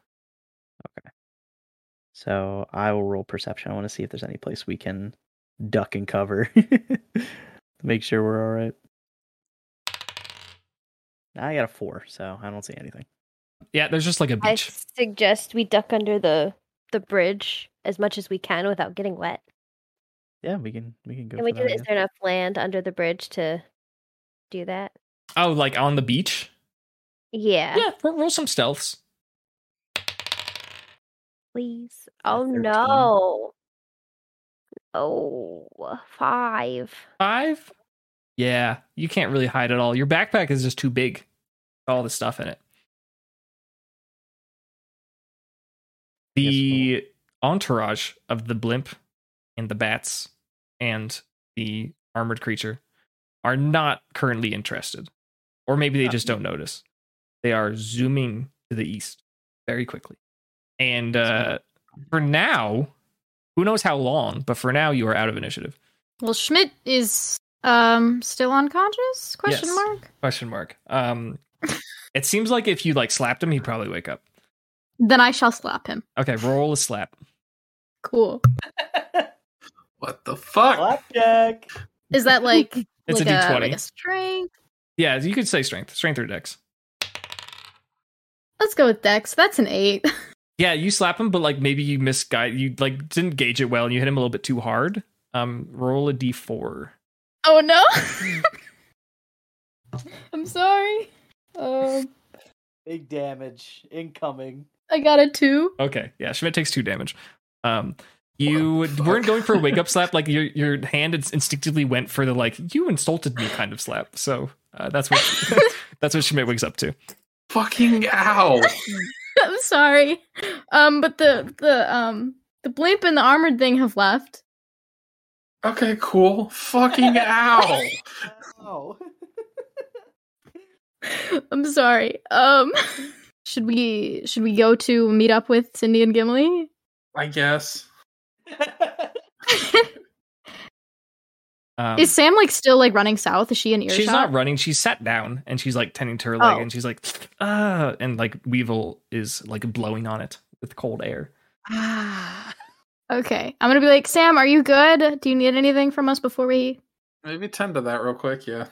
E: so I will roll perception. I want to see if there's any place we can duck and cover. Make sure we're all right. I got a four, so I don't see anything.
A: Yeah, there's just like a
C: I
A: beach.
C: suggest we duck under the the bridge as much as we can without getting wet.
E: Yeah, we can we can go.
C: Can we
E: for
C: do?
E: that, I
C: Is
E: guess.
C: there enough land under the bridge to do that?
A: Oh, like on the beach?
C: Yeah,
A: Yeah, roll, roll some stealths.
C: please. Oh
E: 13.
C: no. Oh, five.
A: Five? Yeah, you can't really hide at all. Your backpack is just too big. All the stuff in it. The entourage of the blimp and the bats and the armored creature are not currently interested. Or maybe they
E: Ah.
A: just don't notice. They are zooming to the east very quickly. And uh, for now, who knows how long, but for now, you are out of initiative.
B: Well, Schmidt is um still unconscious? Question
A: Yes.
B: mark.
A: Question mark. Um, it seems like if you like slapped him, he'd probably wake up.
B: Then I shall slap him.
A: Okay, roll a slap.
B: Cool.
F: What the fuck?
E: Flapjack.
B: Is that like
A: It's a
B: like
A: D20.
B: like a strength?
A: Yeah, you could say strength, strength or dex.
B: Let's go with Dex. That's an eight.
A: Yeah, you slap him, but like maybe you misguide, you like didn't gauge it well, and you hit him a little bit too hard. Um, roll a d4.
B: Oh no. I'm sorry. Um
E: Big damage incoming.
B: I got a two.
A: Okay, yeah, Schmidt takes two damage. Um, you
F: What the
A: weren't
F: fuck?
A: going for a wake up slap. Like your your hand ins- instinctively went for the like you insulted me kind of slap. So uh, that's what that's what Schmidt wakes up to.
F: Fucking ow.
B: I'm sorry. Um but the the um the blimp and the armored thing have left.
F: Okay, cool. Fucking ow.
E: Oh.
B: I'm sorry. Um should we should we go to meet up with Cindy and Gimli?
F: I guess.
A: Um,
B: is Sam like still like running south? Is she in earshot?
A: She's not running. She's sat down and she's like tending to her leg
B: Oh.
A: and she's like, ah, and like Weevil is like blowing on it with cold air.
B: okay. I'm gonna be like, Sam, are you good? Do you need anything from us before we
F: Maybe tend to that real quick, yeah.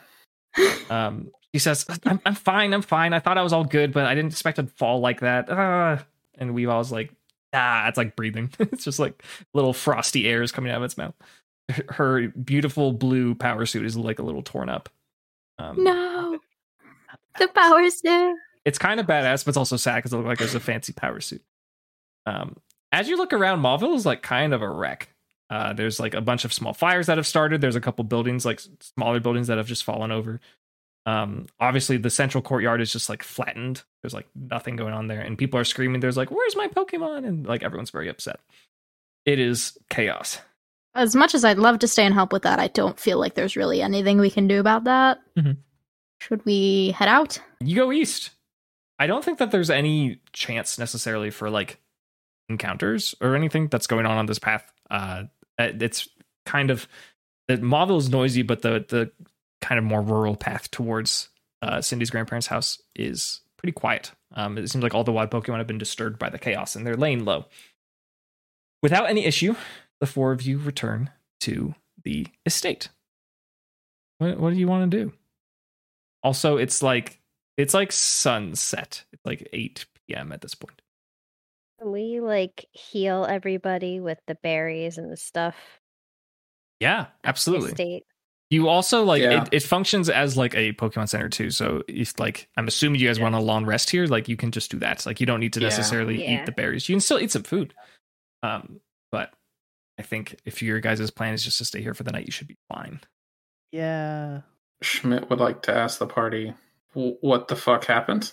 A: Um, she says, I'm, I'm fine. I'm fine. I thought I was all good, but I didn't expect I'd fall like that. Ah. And Weevil's like, ah, it's like breathing. it's just like little frosty air is coming out of its mouth. Her- Her beautiful blue power suit is like a little torn up. Um,
B: No. The power's there.
A: it's kind of badass, but it's also sad because it looked like it was a fancy power suit. Um, as you look around, Mauville is like kind of a wreck. Uh, there's like a bunch of small fires that have started. There's a couple buildings, like s- smaller buildings that have just fallen over. Um, obviously, the central courtyard is just like flattened. There's like nothing going on there, and people are screaming. There's like, "Where's my Pokemon?" And like everyone's very upset. It is chaos.
B: As much as I'd love to stay and help with that, I don't feel like there's really anything we can do about that.
A: Mhm.
B: Should we head out?
A: you go east. I don't think that there's any chance necessarily for like encounters or anything that's going on on this path. Uh, it- it's kind of the Marvel's noisy, but the the kind of more rural path towards uh, Cindy's grandparents' house is pretty quiet. Um, it seems like all the wild Pokemon have been disturbed by the chaos and they're laying low. Without any issue, the four of you return to the estate. What, what do you want to do? Also, it's like it's like sunset. It's like 8 p.m. at this point.
C: Can we like heal everybody with the berries and the stuff?
A: Yeah,
C: at the
A: absolutely.
C: estate?
A: You also like
F: Yeah.
A: it, it functions as like a Pokemon Center too. So if like I'm assuming you guys want a long rest here, like you can just do that. Like you don't need to
F: Yeah.
A: necessarily
C: Yeah.
A: eat the berries. You can still eat some food. Um, but I think if your guys' plan is just to stay here for the night, you should be fine. Um,
E: Yeah.
F: Schmidt would like to ask the party, "Wh- what the fuck happened?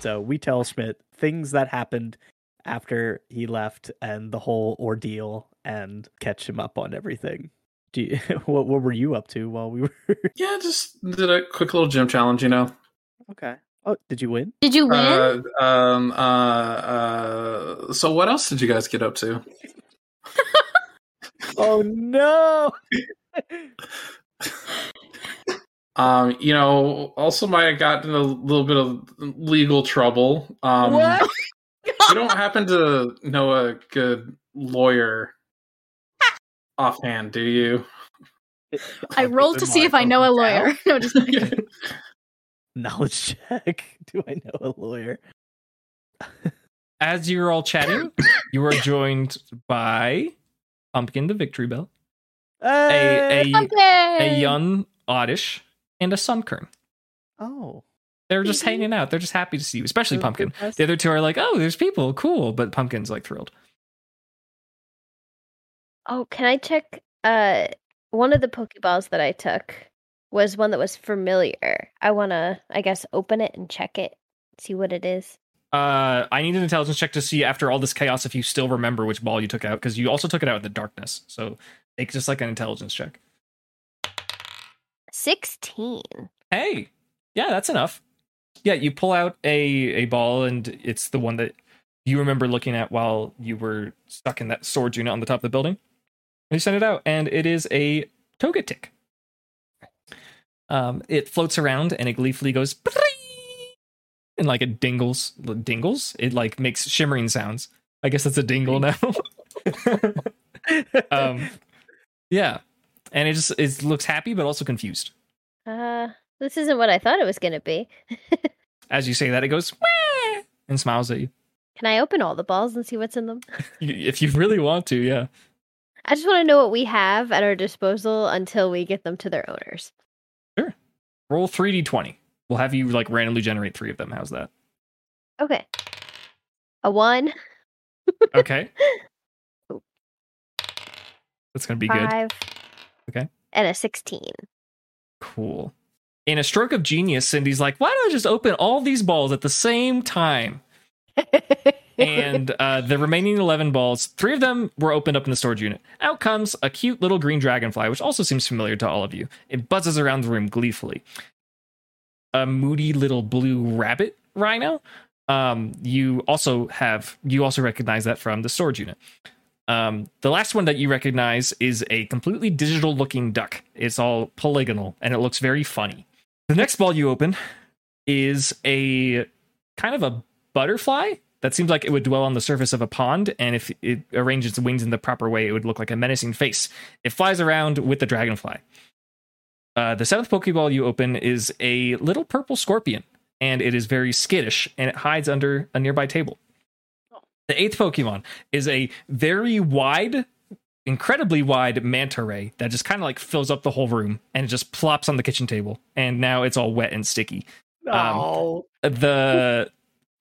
E: So we tell Schmidt things that happened after he left and the whole ordeal and catch him up on everything. Do you, what what were you up to while we were
F: Yeah, just did a quick little gym challenge, you know.
E: Okay. Oh, did you win?
B: Did you win?
F: Uh, um, uh, uh, so what else did you guys get up to?
E: Oh no.
F: Um, you know, also might have gotten a little bit of legal trouble. Um,
E: what?
F: you don't happen to know a good lawyer offhand, do you?
B: I rolled to see if I know a lawyer. No, just kidding.
E: Knowledge check. Do I know a lawyer?
A: As you're all chatting, you are joined by Pumpkin the Victory Bell,
E: Uh,
A: a a, a
B: Pumpkin!
A: young Oddish, and a Sunkern.
E: Oh.
A: They're just
C: Mhm.
A: hanging out. They're just happy to see you, especially
E: Those
A: Pumpkin.
E: good guys.
A: The other two are like, "Oh, there's people, cool," but Pumpkin's like thrilled.
C: Oh, can I check? Uh, one of the Pokeballs that I took was one that was familiar. I want to, I guess, open it and check it, see what it is.
A: Uh, I need an intelligence check to see after all this chaos if you still remember which ball you took out because you also took it out in the darkness. So it's just like an intelligence check.
C: 16.
A: Hey, yeah, that's enough. Yeah, you pull out a a ball and it's the one that you remember looking at while you were stuck in that sword unit on the top of the building. And you send it out, and it is a Togetic. Um, it floats around and it gleefully goes "Pring!" and like it dingles, dingles. It like makes shimmering sounds. I guess that's a dingle now. um, yeah, and it just it looks happy but also confused.
C: Uh, this isn't what I thought it was going to be.
A: As you say that, it goes "Wah!" and smiles at you.
C: Can I open all the balls and see what's in them?
A: You- If you really want to, yeah.
C: I just want to know what we have at our disposal until we get them to their owners.
A: Roll three d twenty. We'll have you like randomly generate three of them. How's that?
C: Okay. A one,
A: Okay. That's gonna be good.
C: five,
A: Okay.
C: and a 16.
A: Cool. In a stroke of genius, Cindy's like, "Why don't I just open all these balls at the same time?" and uh, the remaining 11 balls, three of them were opened up in the storage unit. Out comes a cute little green dragonfly, which also seems familiar to all of you. It buzzes around the room gleefully. A moody little blue rabbit rhino. Um, you also have you also recognize that from the storage unit. Um, the last one that you recognize is a completely digital looking duck. It's all polygonal and it looks very funny. The next ball you open is a kind of a butterfly that seems like it would dwell on the surface of a pond, and if it arranged its wings in the proper way, it would look like a menacing face. It flies around with the dragonfly. Uh, the seventh Pokeball you open is a little purple scorpion, and it is very skittish, and it hides under a nearby table. The eighth Pokemon is a very wide, incredibly wide manta ray that just kind of like fills up the whole room, and it just plops on the kitchen table, and now it's all wet and sticky.
E: No.
A: The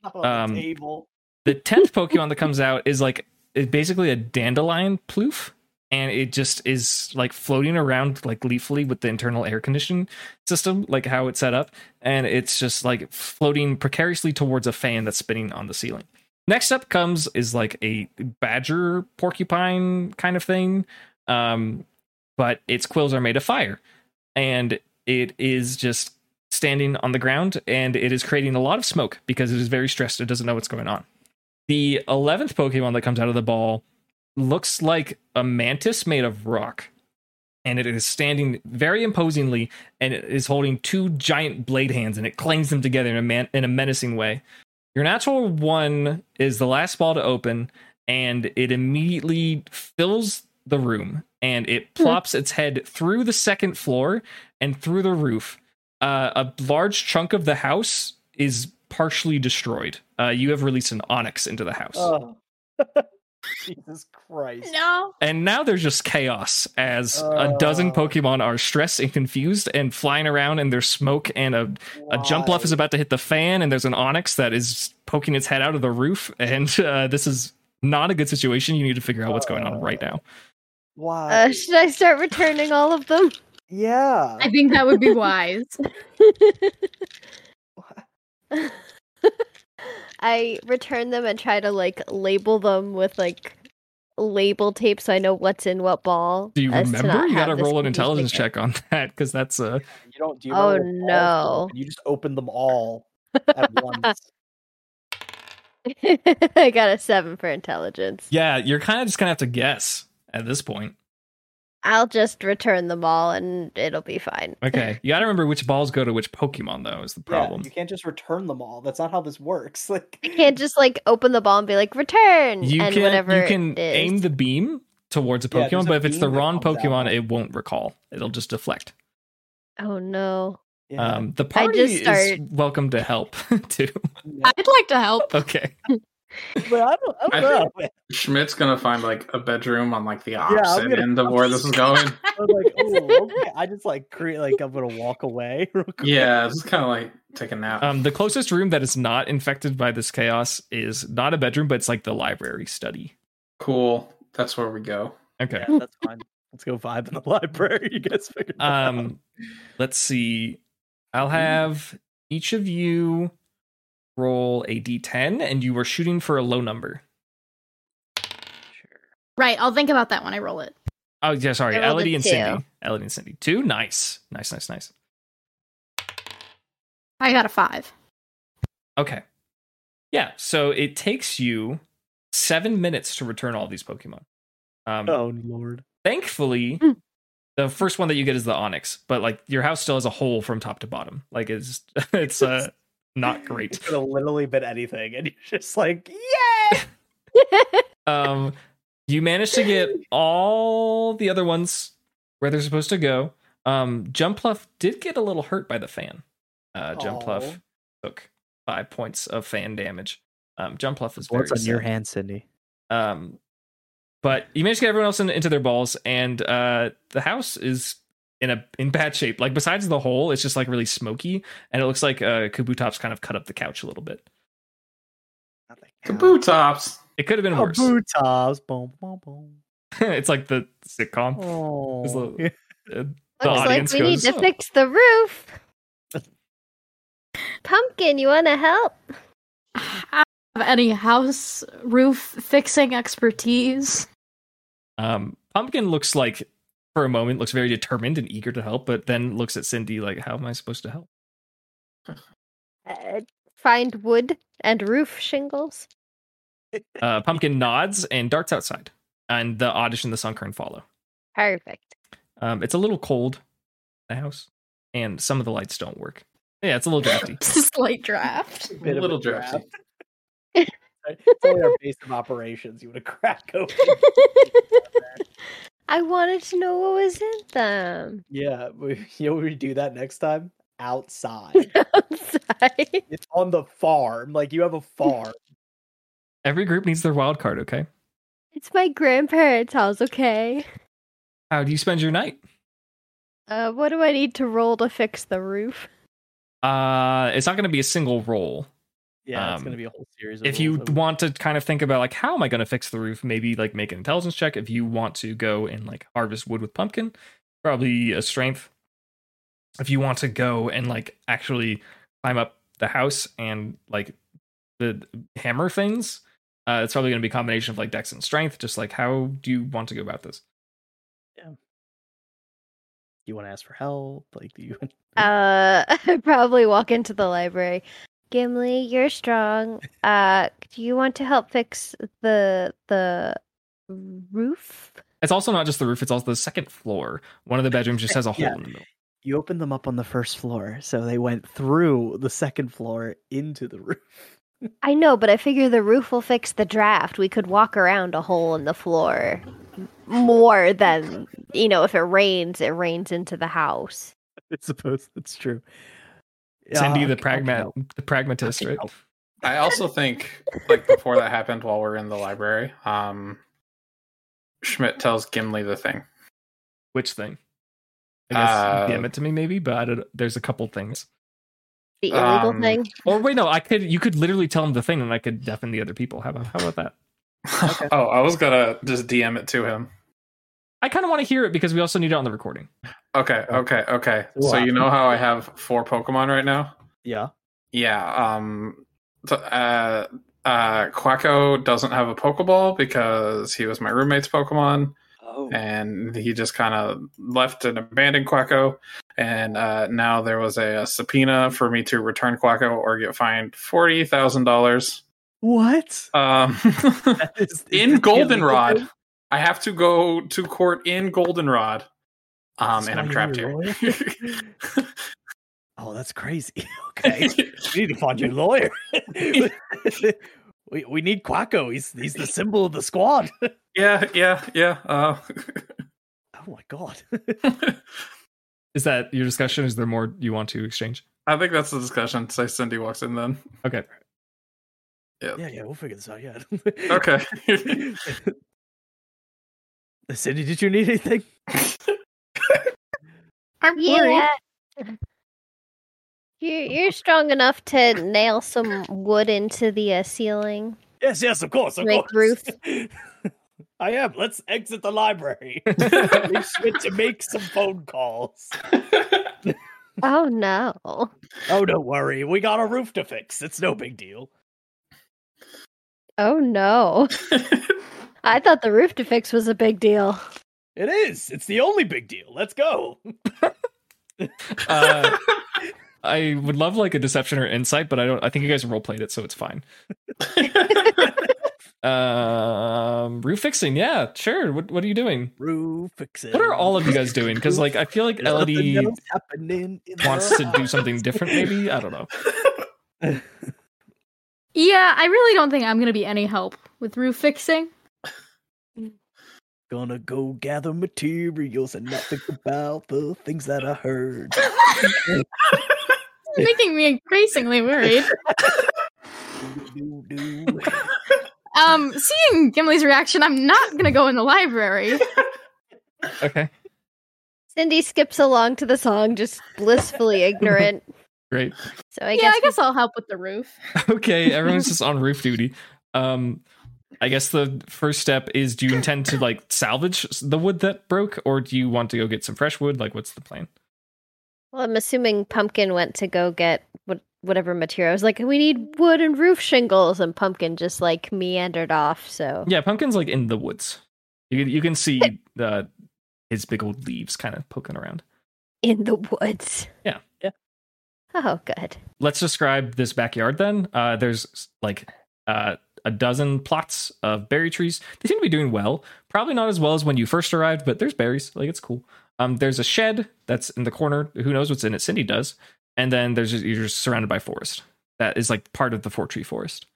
E: not on
A: um,
E: the table.
A: the tenth Pokemon that comes out is like is basically a dandelion ploof, and it just is like floating around like leafly with the internal air conditioning system, like how it's set up, and it's just like floating precariously towards a fan that's spinning on the ceiling. Next up comes is like a badger porcupine kind of thing, um, but its quills are made of fire, and It is just standing on the ground and it is creating a lot of smoke because it is very stressed. It doesn't know what's going on. The 11th Pokemon that comes out of the ball looks like a mantis made of rock. And it is standing very imposingly and it is holding two giant blade hands and it clangs them together in a, man- in a menacing way. Your natural one is the last ball to open and it immediately fills the room and it plops its head through the second floor and through the roof. Uh, a large chunk of the house is partially destroyed. Uh, you have released an onyx into the house.
E: Oh. Jesus Christ.
B: No.
A: And now there's just chaos as a
E: Oh.
A: dozen Pokemon are stressed and confused and flying around, and there's smoke, and a, a jump bluff is
C: Uh,
A: about to hit the fan, and there's an Onyx that is poking its head out of the roof. And uh, this is not a good situation. You need to figure out what's going on right now.
E: Why?
C: Uh, should I start returning all of them?
E: yeah.
B: I think that would be wise.
C: I return them and try to like label them with like label tape so I know what's in what ball.
A: Do you
C: as to
A: remember?
C: not
A: You got to
C: have this
A: roll an
C: confused
A: intelligence
C: picture.
A: check on that because that's a.
E: you don't do
C: Oh, no.
E: You just open them all at once.
C: I got a seven for intelligence.
A: Yeah, you're kind of just going to have to guess at this point.
C: I'll just return them all and it'll be fine.
A: Okay. You got to remember which balls go to which Pokemon, though, is the problem.
E: Yeah, you can't just return them all. That's not how this works.
C: I
E: Like
C: can't just like open the ball and be like return
A: you
C: Mm, and
A: can
C: whatever
A: you can
C: it is.
A: aim the beam towards a Pokemon,
E: Yeah, there's a
A: but if it's the
E: beam that
A: wrong
E: comes out.
A: Pokemon, it won't recall. It'll just deflect.
C: Oh no.
E: yeah,
A: Um, the
C: I
A: party
C: just
A: is
C: start-
A: welcome to help too.
E: yeah.
B: I'd like to help.
A: Okay,
E: But I don't, I
F: I-
E: don't know.
F: Schmidt's gonna find like a bedroom on like the
E: I'm
F: opposite
E: gonna-
F: end of where this is going.
E: I was like, oh, okay. I just like create like I'm gonna walk away real quick.
F: yeah, just kind of like take a nap.
A: um, the closest room that is not infected by this chaos is not a bedroom, but it's like the library study.
F: cool. That's where we go.
A: Okay,
E: Yeah, that's fine. Let's go vibe in the library. You guys figure it out.
A: um, let's see. I'll have each of you roll a d10, and you were shooting for a low number.
B: Right, I'll think about that when I roll it.
A: Oh yeah, sorry,
C: I rolled a
A: Elodie and
C: two.
A: Cindy. Elodie and Cindy, two. Nice, nice, nice, nice.
B: I got a five.
A: Okay. Yeah, so it takes you seven minutes to return all these Pokemon. Um,
E: Oh lord.
A: Thankfully,
C: Hmm.
A: the first one that you get is the Onyx, but like your house still has a hole from top to bottom. Like it's it's uh, not
E: It
A: great.
E: could have literally been anything, and you're just like,
A: Um, you manage to get all the other ones where they're supposed to go. Um, Jumpluff did get a little hurt by the fan. Uh, Jumpluff took five points of fan damage. Um, Jumpluff is very sad.
E: hand, Cindy?
A: Um, but you managed to get everyone else in, into their balls, and uh, the house is in a in bad shape. Like besides the hole, it's just like really smoky, and it looks like uh, Kabutop's kind of cut up the couch a little bit.
F: Kaboo tops.
A: It could have been
E: Oh,
A: worse.
E: Bootas. Boom, boom, boom.
A: it's like the sitcom.
E: Oh.
A: little- Uh, the
C: Looks like
A: audience
C: we
A: goes. "Oh."
C: need to fix the roof. Pumpkin, you wanna help?
B: I don't have any house roof fixing expertise.
A: Um, Pumpkin looks like for a moment looks very determined and eager to help, but then looks at Cindy like, "How am I supposed to help?"
C: Uh, find wood and roof shingles.
A: Uh, Pumpkin nods and darts outside, and the audition, the Sunkern follow.
C: Perfect.
A: Um, it's a little cold, in the house, and some of the lights don't work. Yeah, it's a little drafty.
B: Slight draft.
E: Bit of
F: a little
E: draft.
F: drafty.
E: Right? It's only our base of operations. You would have cracked open.
C: I wanted to know what was in them.
E: yeah, we, you know, we do that next time outside.
C: Outside.
E: it's on the farm. Like you have a farm.
A: Every group needs their wild card. Okay.
C: It's my grandparents' house, okay?
A: How do you spend your night?
C: Uh, what do I need to roll to fix the roof?
A: Uh, it's not going to be a single roll.
E: Yeah, it's
A: Um,
E: gonna be a whole series. Of
A: If you
E: rules.
A: want to kind of think about like how am I going to fix the roof, maybe like make an intelligence check. If you want to go and like harvest wood with pumpkin, probably a strength. If you want to go and like actually climb up the house and like the hammer things, uh, it's probably going to be a combination of like dex and strength. Just like how do you want to go about this?
E: you want to ask for help? Like, do you?
C: Uh, I'd probably walk into the library. Gimli, you're strong. Uh, do you want to help fix the the roof?
A: It's also not just the roof; it's also the second floor. One of the bedrooms just has a hole
E: Eh, Yeah.
A: in the middle.
E: You opened them up on the first floor, so they went through the second floor into the roof.
C: I know, but I figure the roof will fix the draft. We could walk around a hole in the floor more than you know. If it rains, it rains into the house.
E: I suppose that's true.
A: Cindy,
E: Yeah,
A: the
E: I can- I can
A: pragmat,
E: help.
A: the pragmatist, right?
E: help.
F: I also think like before that happened while we're in the library, um Schmidt tells Gimli the thing.
A: Which thing? I guess
F: Uh,
A: damn it to me, maybe. But I don't, there's a couple things.
C: The illegal
F: Um,
C: thing.
A: Or wait, no, I could. You could literally tell him the thing, and I could deafen the other people. How about how about that?
F: oh, I was gonna just DM it to him.
A: I kind of want to hear it because we also need it on the recording.
F: Okay, okay, okay.
E: Wow.
F: So you know how I have four Pokemon right now?
E: Yeah.
F: Yeah, um t- uh uh Quacko doesn't have a Pokeball because he was my roommate's Pokemon.
E: Oh.
F: and he just kind of left and abandoned Quacko. And uh, now there was a, a subpoena for me to return Quacko or get fined forty thousand dollars
E: What?
F: um,
E: That is- is this
F: in
E: illegal?
F: Goldenrod. I have to go to court in Goldenrod, um,
E: That's
F: and I'm
E: why you're
F: trapped here.
E: a Oh, that's crazy. okay. we need to find your lawyer. we, we need Quacko. He's he's the symbol of the squad. oh
F: yeah, yeah, yeah. Uh,
E: my god.
A: Is that your discussion? Is there more you want to exchange?
F: I think that's the discussion. Say Cindy walks in then.
A: Okay.
E: yeah, yeah, we'll figure this out. Yeah.
F: Okay.
E: Cindy, did you need anything?
B: I'm
C: Yeah. You're, you're strong enough to nail some wood into the uh, ceiling.
E: Yes, yes, of course, of
C: Make
E: course. I am. Let's exit the library. Leave Schmidt to make some phone calls.
C: Oh no.
E: Oh, don't worry. We got a roof to fix. It's no big deal.
C: Oh no. I thought the roof to fix was a big deal.
E: It is. It's the only big deal. Let's go.
A: Uh, I would love like a deception or insight, but I don't. I think you guys role played it, so it's fine. um, roof fixing, yeah, sure. What What are you doing?
E: Roof fixing.
A: What are all of you guys doing? Because like I feel like Elodie
E: happening in
A: E wants to do something different. Maybe I don't know.
B: Yeah, I really don't think I'm gonna be any help with roof fixing.
E: Gonna go gather materials and not think about the things that I heard.
B: It's making me increasingly worried.
E: Do, do, do.
B: Um, seeing Gimli's reaction, I'm not gonna go in the library.
A: Okay,
C: Cindy skips along to the song, just blissfully ignorant.
A: great.
C: So I
B: yeah,
C: guess
B: I guess I'll help with the roof.
A: Okay, everyone's just on roof duty. Um, I guess the first step is: Do you intend to like salvage the wood that broke, or do you want to go get some fresh wood? Like, what's the plan?
C: Well, I'm assuming Pumpkin went to go get what whatever material. I was like, we need wood and roof shingles, and Pumpkin just like meandered off. So
A: Yeah, pumpkin's like in the woods. You you can see uh, his big old leaves kind of poking around.
C: in the woods.
A: Yeah.
E: Yeah.
C: Oh, good.
A: let's describe this backyard then. Uh, there's like uh, a dozen plots of berry trees. They seem to be doing well. Probably not as well as when you first arrived, but there's berries. Like it's cool. Um, there's a shed that's in the corner. Who knows what's in it? Cindy does. And then there's just, you're just surrounded by forest. That is like part of the four tree forest.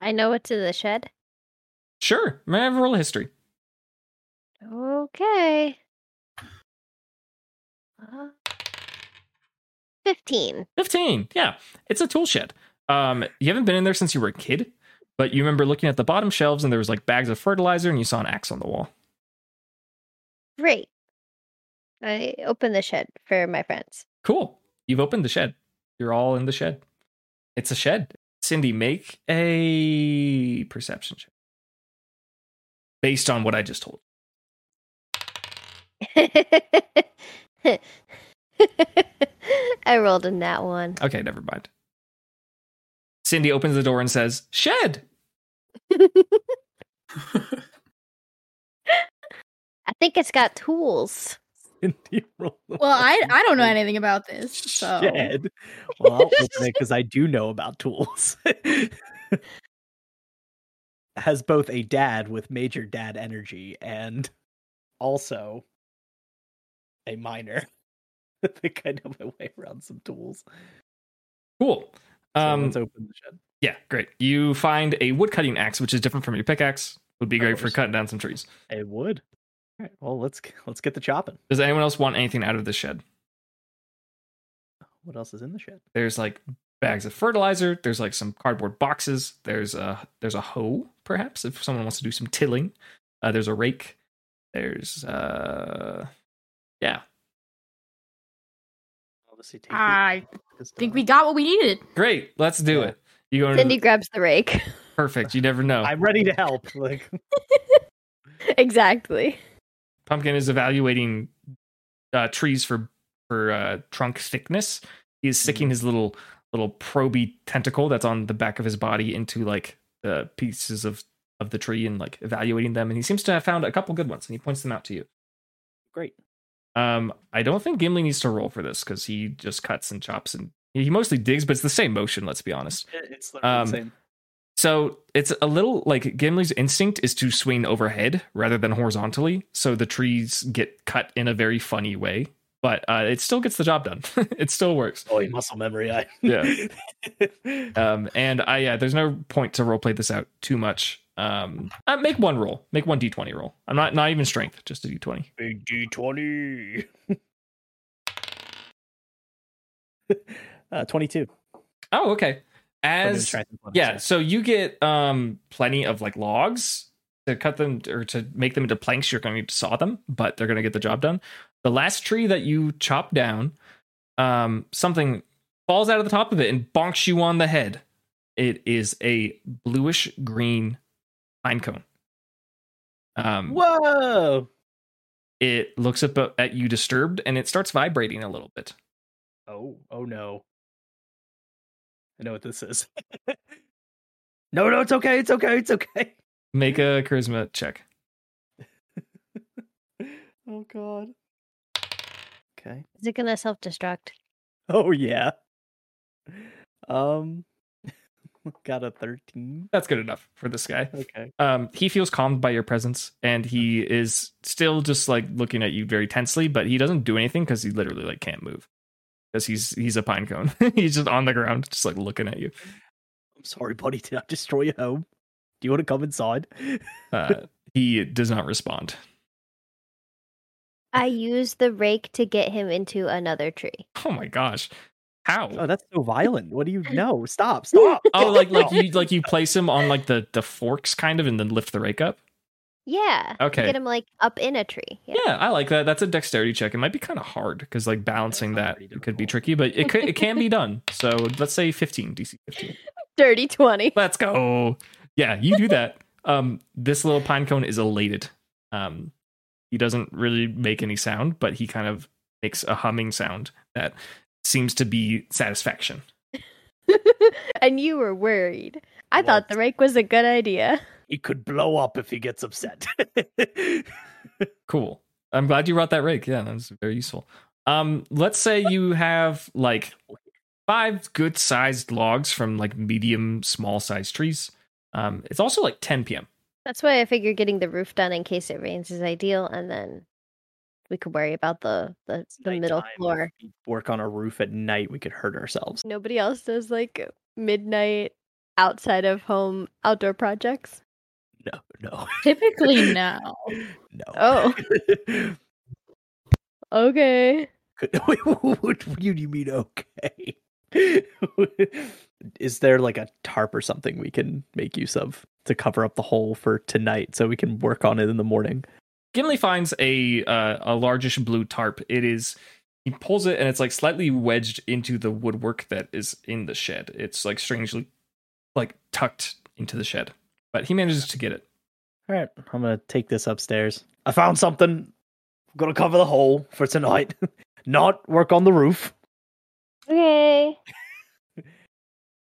C: I know what's in the shed.
A: Sure, may I have a roll of history?
C: Okay. Uh, Fifteen.
A: Fifteen. Yeah, it's a tool shed. Um, you haven't been in there since you were a kid, but you remember looking at the bottom shelves and there was like bags of fertilizer and you saw an axe on the wall.
C: Great. I opened the shed for my friends.
A: Cool. You've opened the shed. You're all in the shed. It's a shed. Cindy, make a perception check based on what I just told.
C: I rolled in that one.
A: you. Okay, never mind. Cindy opens the door and says, "Shed."
C: I think it's got tools.
E: and you roll. a
B: Well, I I don't know
E: fucking
B: anything about this, so
E: Shit. Well, I'll open it because I do know about tools. Has both a dad with major dad energy and also a minor. I think I know my way around some tools.
A: Cool.
E: So
A: Um,
E: let's open the shed.
A: yeah, great. You find a wood cutting axe, which is different from your pickaxe. Would be
E: Of
A: great for
E: course.
A: cutting down some trees.
E: It would. All right. Well, let's g- let's get the chopping.
A: Does anyone else want anything out of this shed?
E: What else is in the shed?
A: There's like bags of fertilizer. There's like some cardboard boxes. There's a there's a hoe, perhaps, if someone wants to do some tilling. Uh, there's a rake. There's uh, yeah,
E: Obviously, take the-
B: I
E: this
B: think
E: dog.
B: we got what we needed.
A: great. Let's do
E: Yeah.
A: it. You go
C: Cindy
A: into
C: grabs the rake.
A: perfect. You never know.
E: I'm ready to help. Like
C: exactly.
A: Pumpkin is evaluating uh, trees for for uh, trunk thickness. He is sticking his little little proby tentacle that's on the back of his body into like the pieces of of the tree and like evaluating them. And he seems to have found a couple good ones, and he points them out to you.
E: great.
A: Um, I don't think Gimli needs to roll for this because he just cuts and chops and he mostly digs, but it's the same motion. Let's be honest.
E: It- It's literally
A: Um,
E: the same.
A: So it's a little like Gimli's instinct is to swing overhead rather than horizontally, so the trees get cut in a very funny way. But uh, it still gets the job done. it still works.
E: Boy, Oh, muscle memory. I
A: Yeah. Um, and I yeah, there's no point to roleplay this out too much. Um, uh, make one roll, make one d20 roll. I'm not not even strength, just a d20.
E: Big D twenty. uh, twenty-two.
A: Oh, okay.
E: for the
A: As
E: distracting bonus,
A: yeah so you get um plenty of like logs to cut them or to make them into planks you're going to saw them but they're going to get the job done the last tree that you chop down um something falls out of the top of it and bonks you on the head it is a bluish green pine cone um
E: Whoa!
A: it looks up uh, at you disturbed and it starts vibrating a little bit
E: Oh, oh no. I know what this is. no, no, it's okay. It's okay. It's okay.
A: make a charisma check
E: oh god. Okay.
C: Is it gonna self destruct?
E: Oh yeah. Um, got a thirteen.
A: that's good enough for this guy
E: Okay.
A: um, he feels calmed by your presence and he is still just like looking at you very tensely but he doesn't do anything because he literally like can't move because he's he's a pine cone he's just on the ground just like looking at you
E: I'm sorry, buddy. Did I destroy your home? Do you want to come inside?
A: uh, he does not respond
C: I use the rake to get him into another tree.
A: oh my gosh how
E: Oh, that's so violent. What do you know? Stop! Stop!
A: oh like like you like you place him on like the the forks kind of and then lift the rake up
C: Yeah. to
A: Okay.
C: Get him like up in a tree. Yeah.
A: yeah i like that that's a dexterity check it might be kind of hard because like balancing
E: sounds
A: that
E: pretty
A: could be
E: difficult.
A: tricky but it could it can be done so let's say 15 dc 15
C: Dirty twenty.
A: let's go Oh, yeah you do that um this little pine cone is elated um he doesn't really make any sound but he kind of makes a humming sound that seems to be satisfaction
C: and you were worried. I thought the
E: Was.
C: rake was a good idea.
E: He could blow up if he gets upset.
A: cool i'm glad you brought that rake yeah that was very useful um let's say you have like five good sized logs from like medium small sized trees um it's also like 10 p.m
C: That's why I figure getting the roof done in case it rains is ideal, and then we could worry about the the, the middle
E: Nighttime, if
C: floor.
E: we Work on a roof at night. We could hurt ourselves.
C: Nobody else does like midnight outside of home outdoor projects.
E: No, no,
B: Typically, no.
E: no.
C: Oh. Okay.
E: Could- what do you mean? Okay. Is there like a tarp or something we can make use of to cover up the hole for tonight, so we can work on it in the morning?
A: Gimli finds a uh, a largish blue tarp. It is he pulls it and it's like slightly wedged into the woodwork that is in the shed. It's like strangely like tucked into the shed. But he manages to get it.
E: All right, I'm gonna take this upstairs. I found something. I'm gonna cover the hole for tonight. Not work on the roof.
C: Okay.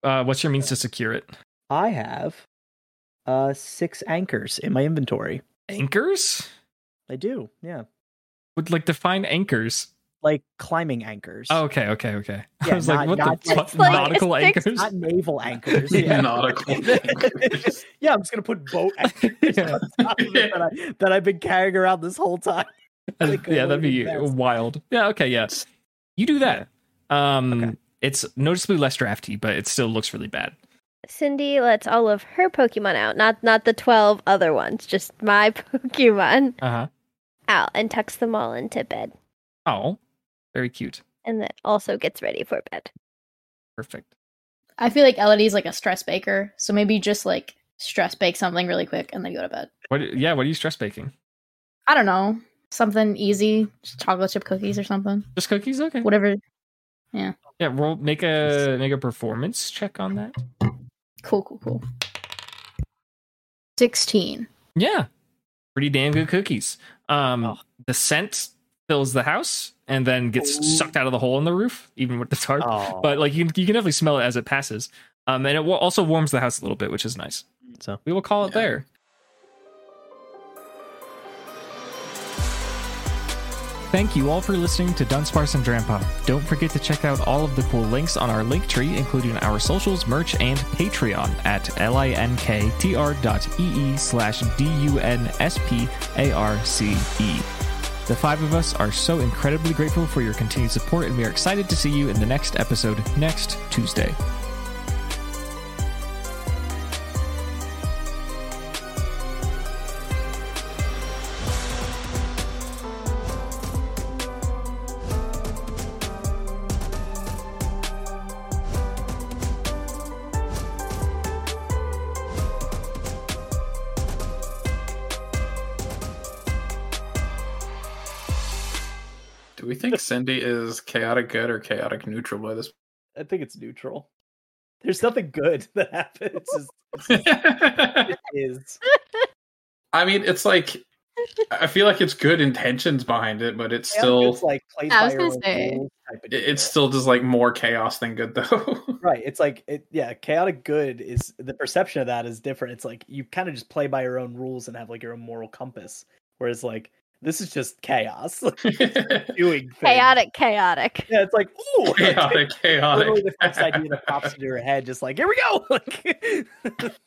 A: Uh, what's your means to secure it?
E: I have uh six anchors in my inventory.
A: Anchors?
E: I do, yeah.
A: Would like define anchors.
E: like climbing anchors.
A: Oh, okay, okay, okay. I
E: Yeah,
A: was
E: not-
A: like, what
E: not
A: the
E: like-
A: fuck?
C: It's like-
A: nautical
C: it's fixed-
A: anchors?
E: not naval anchors.
F: Yeah.
E: Yeah,
F: Nautical anchors.
E: yeah, I'm just gonna put boat anchors
A: Yeah.
E: on top of it that, I, that I've been carrying around this whole time. like,
A: yeah,
E: uh,
A: that'd be
E: that's-
A: wild. Yeah, okay, yeah. You do that. Um it's noticeably less drafty, but it still looks really bad.
C: Cindy lets all of her Pokemon out, not not the twelve other ones, just my Pokemon
A: Uh-huh.
C: out, and tucks them all into bed,
A: Oh. Very cute.
C: and then also gets ready for bed.
A: Perfect.
B: I feel like Elodie's like a stress baker, so maybe just like stress bake something really quick and then go to bed.
A: What yeah, what are you stress baking?
B: I don't know, something easy, just chocolate chip cookies or something.
A: Just cookies? Okay.
B: Whatever.
A: Yeah, roll make a make a performance check on that.
B: Cool, cool, cool. Sixteen.
A: Yeah. Pretty damn good cookies. Um
E: Oh.
A: the scent fills the house and then gets
E: Ooh.
A: sucked out of the hole in the roof, even with the tarp.
E: Oh,
A: But like you, you can definitely smell it as it passes. Um and it wa- also warms the house a little bit, which is nice.
E: so
A: We will call it
F: Yeah.
A: there. Thank you all for listening to Dunsparce and Drampa. Don't forget to check out all of the cool links on our link tree, including our socials, merch, and Patreon at linktr.ee slash D-U-N-S-P-A-R-C-E. E. The five of us are so incredibly grateful for your continued support, and we are excited to see you in the next episode next Tuesday.
F: Do we think Cindy is chaotic good or chaotic neutral by this?
E: I think it's neutral. There's nothing good that happens. It's just- it is
F: I mean, it's like I feel like it's good intentions behind it, but it's still
E: it's like plays
B: I
E: by
B: was
E: your
B: gonna
E: own
B: say.
E: rules type of
F: it- it's
E: deal.
F: still just like more chaos than good though.
E: Right. It's like it yeah, chaotic good is the perception of that is different. It's like you kind of just play by your own rules and have like your own moral compass. Whereas like this is just chaos. like, doing things.
C: Chaotic, chaotic.
E: Yeah, it's like, ooh
F: chaotic,
E: Literally
F: chaotic.
E: the first idea that pops into your head, just like, here we go. Like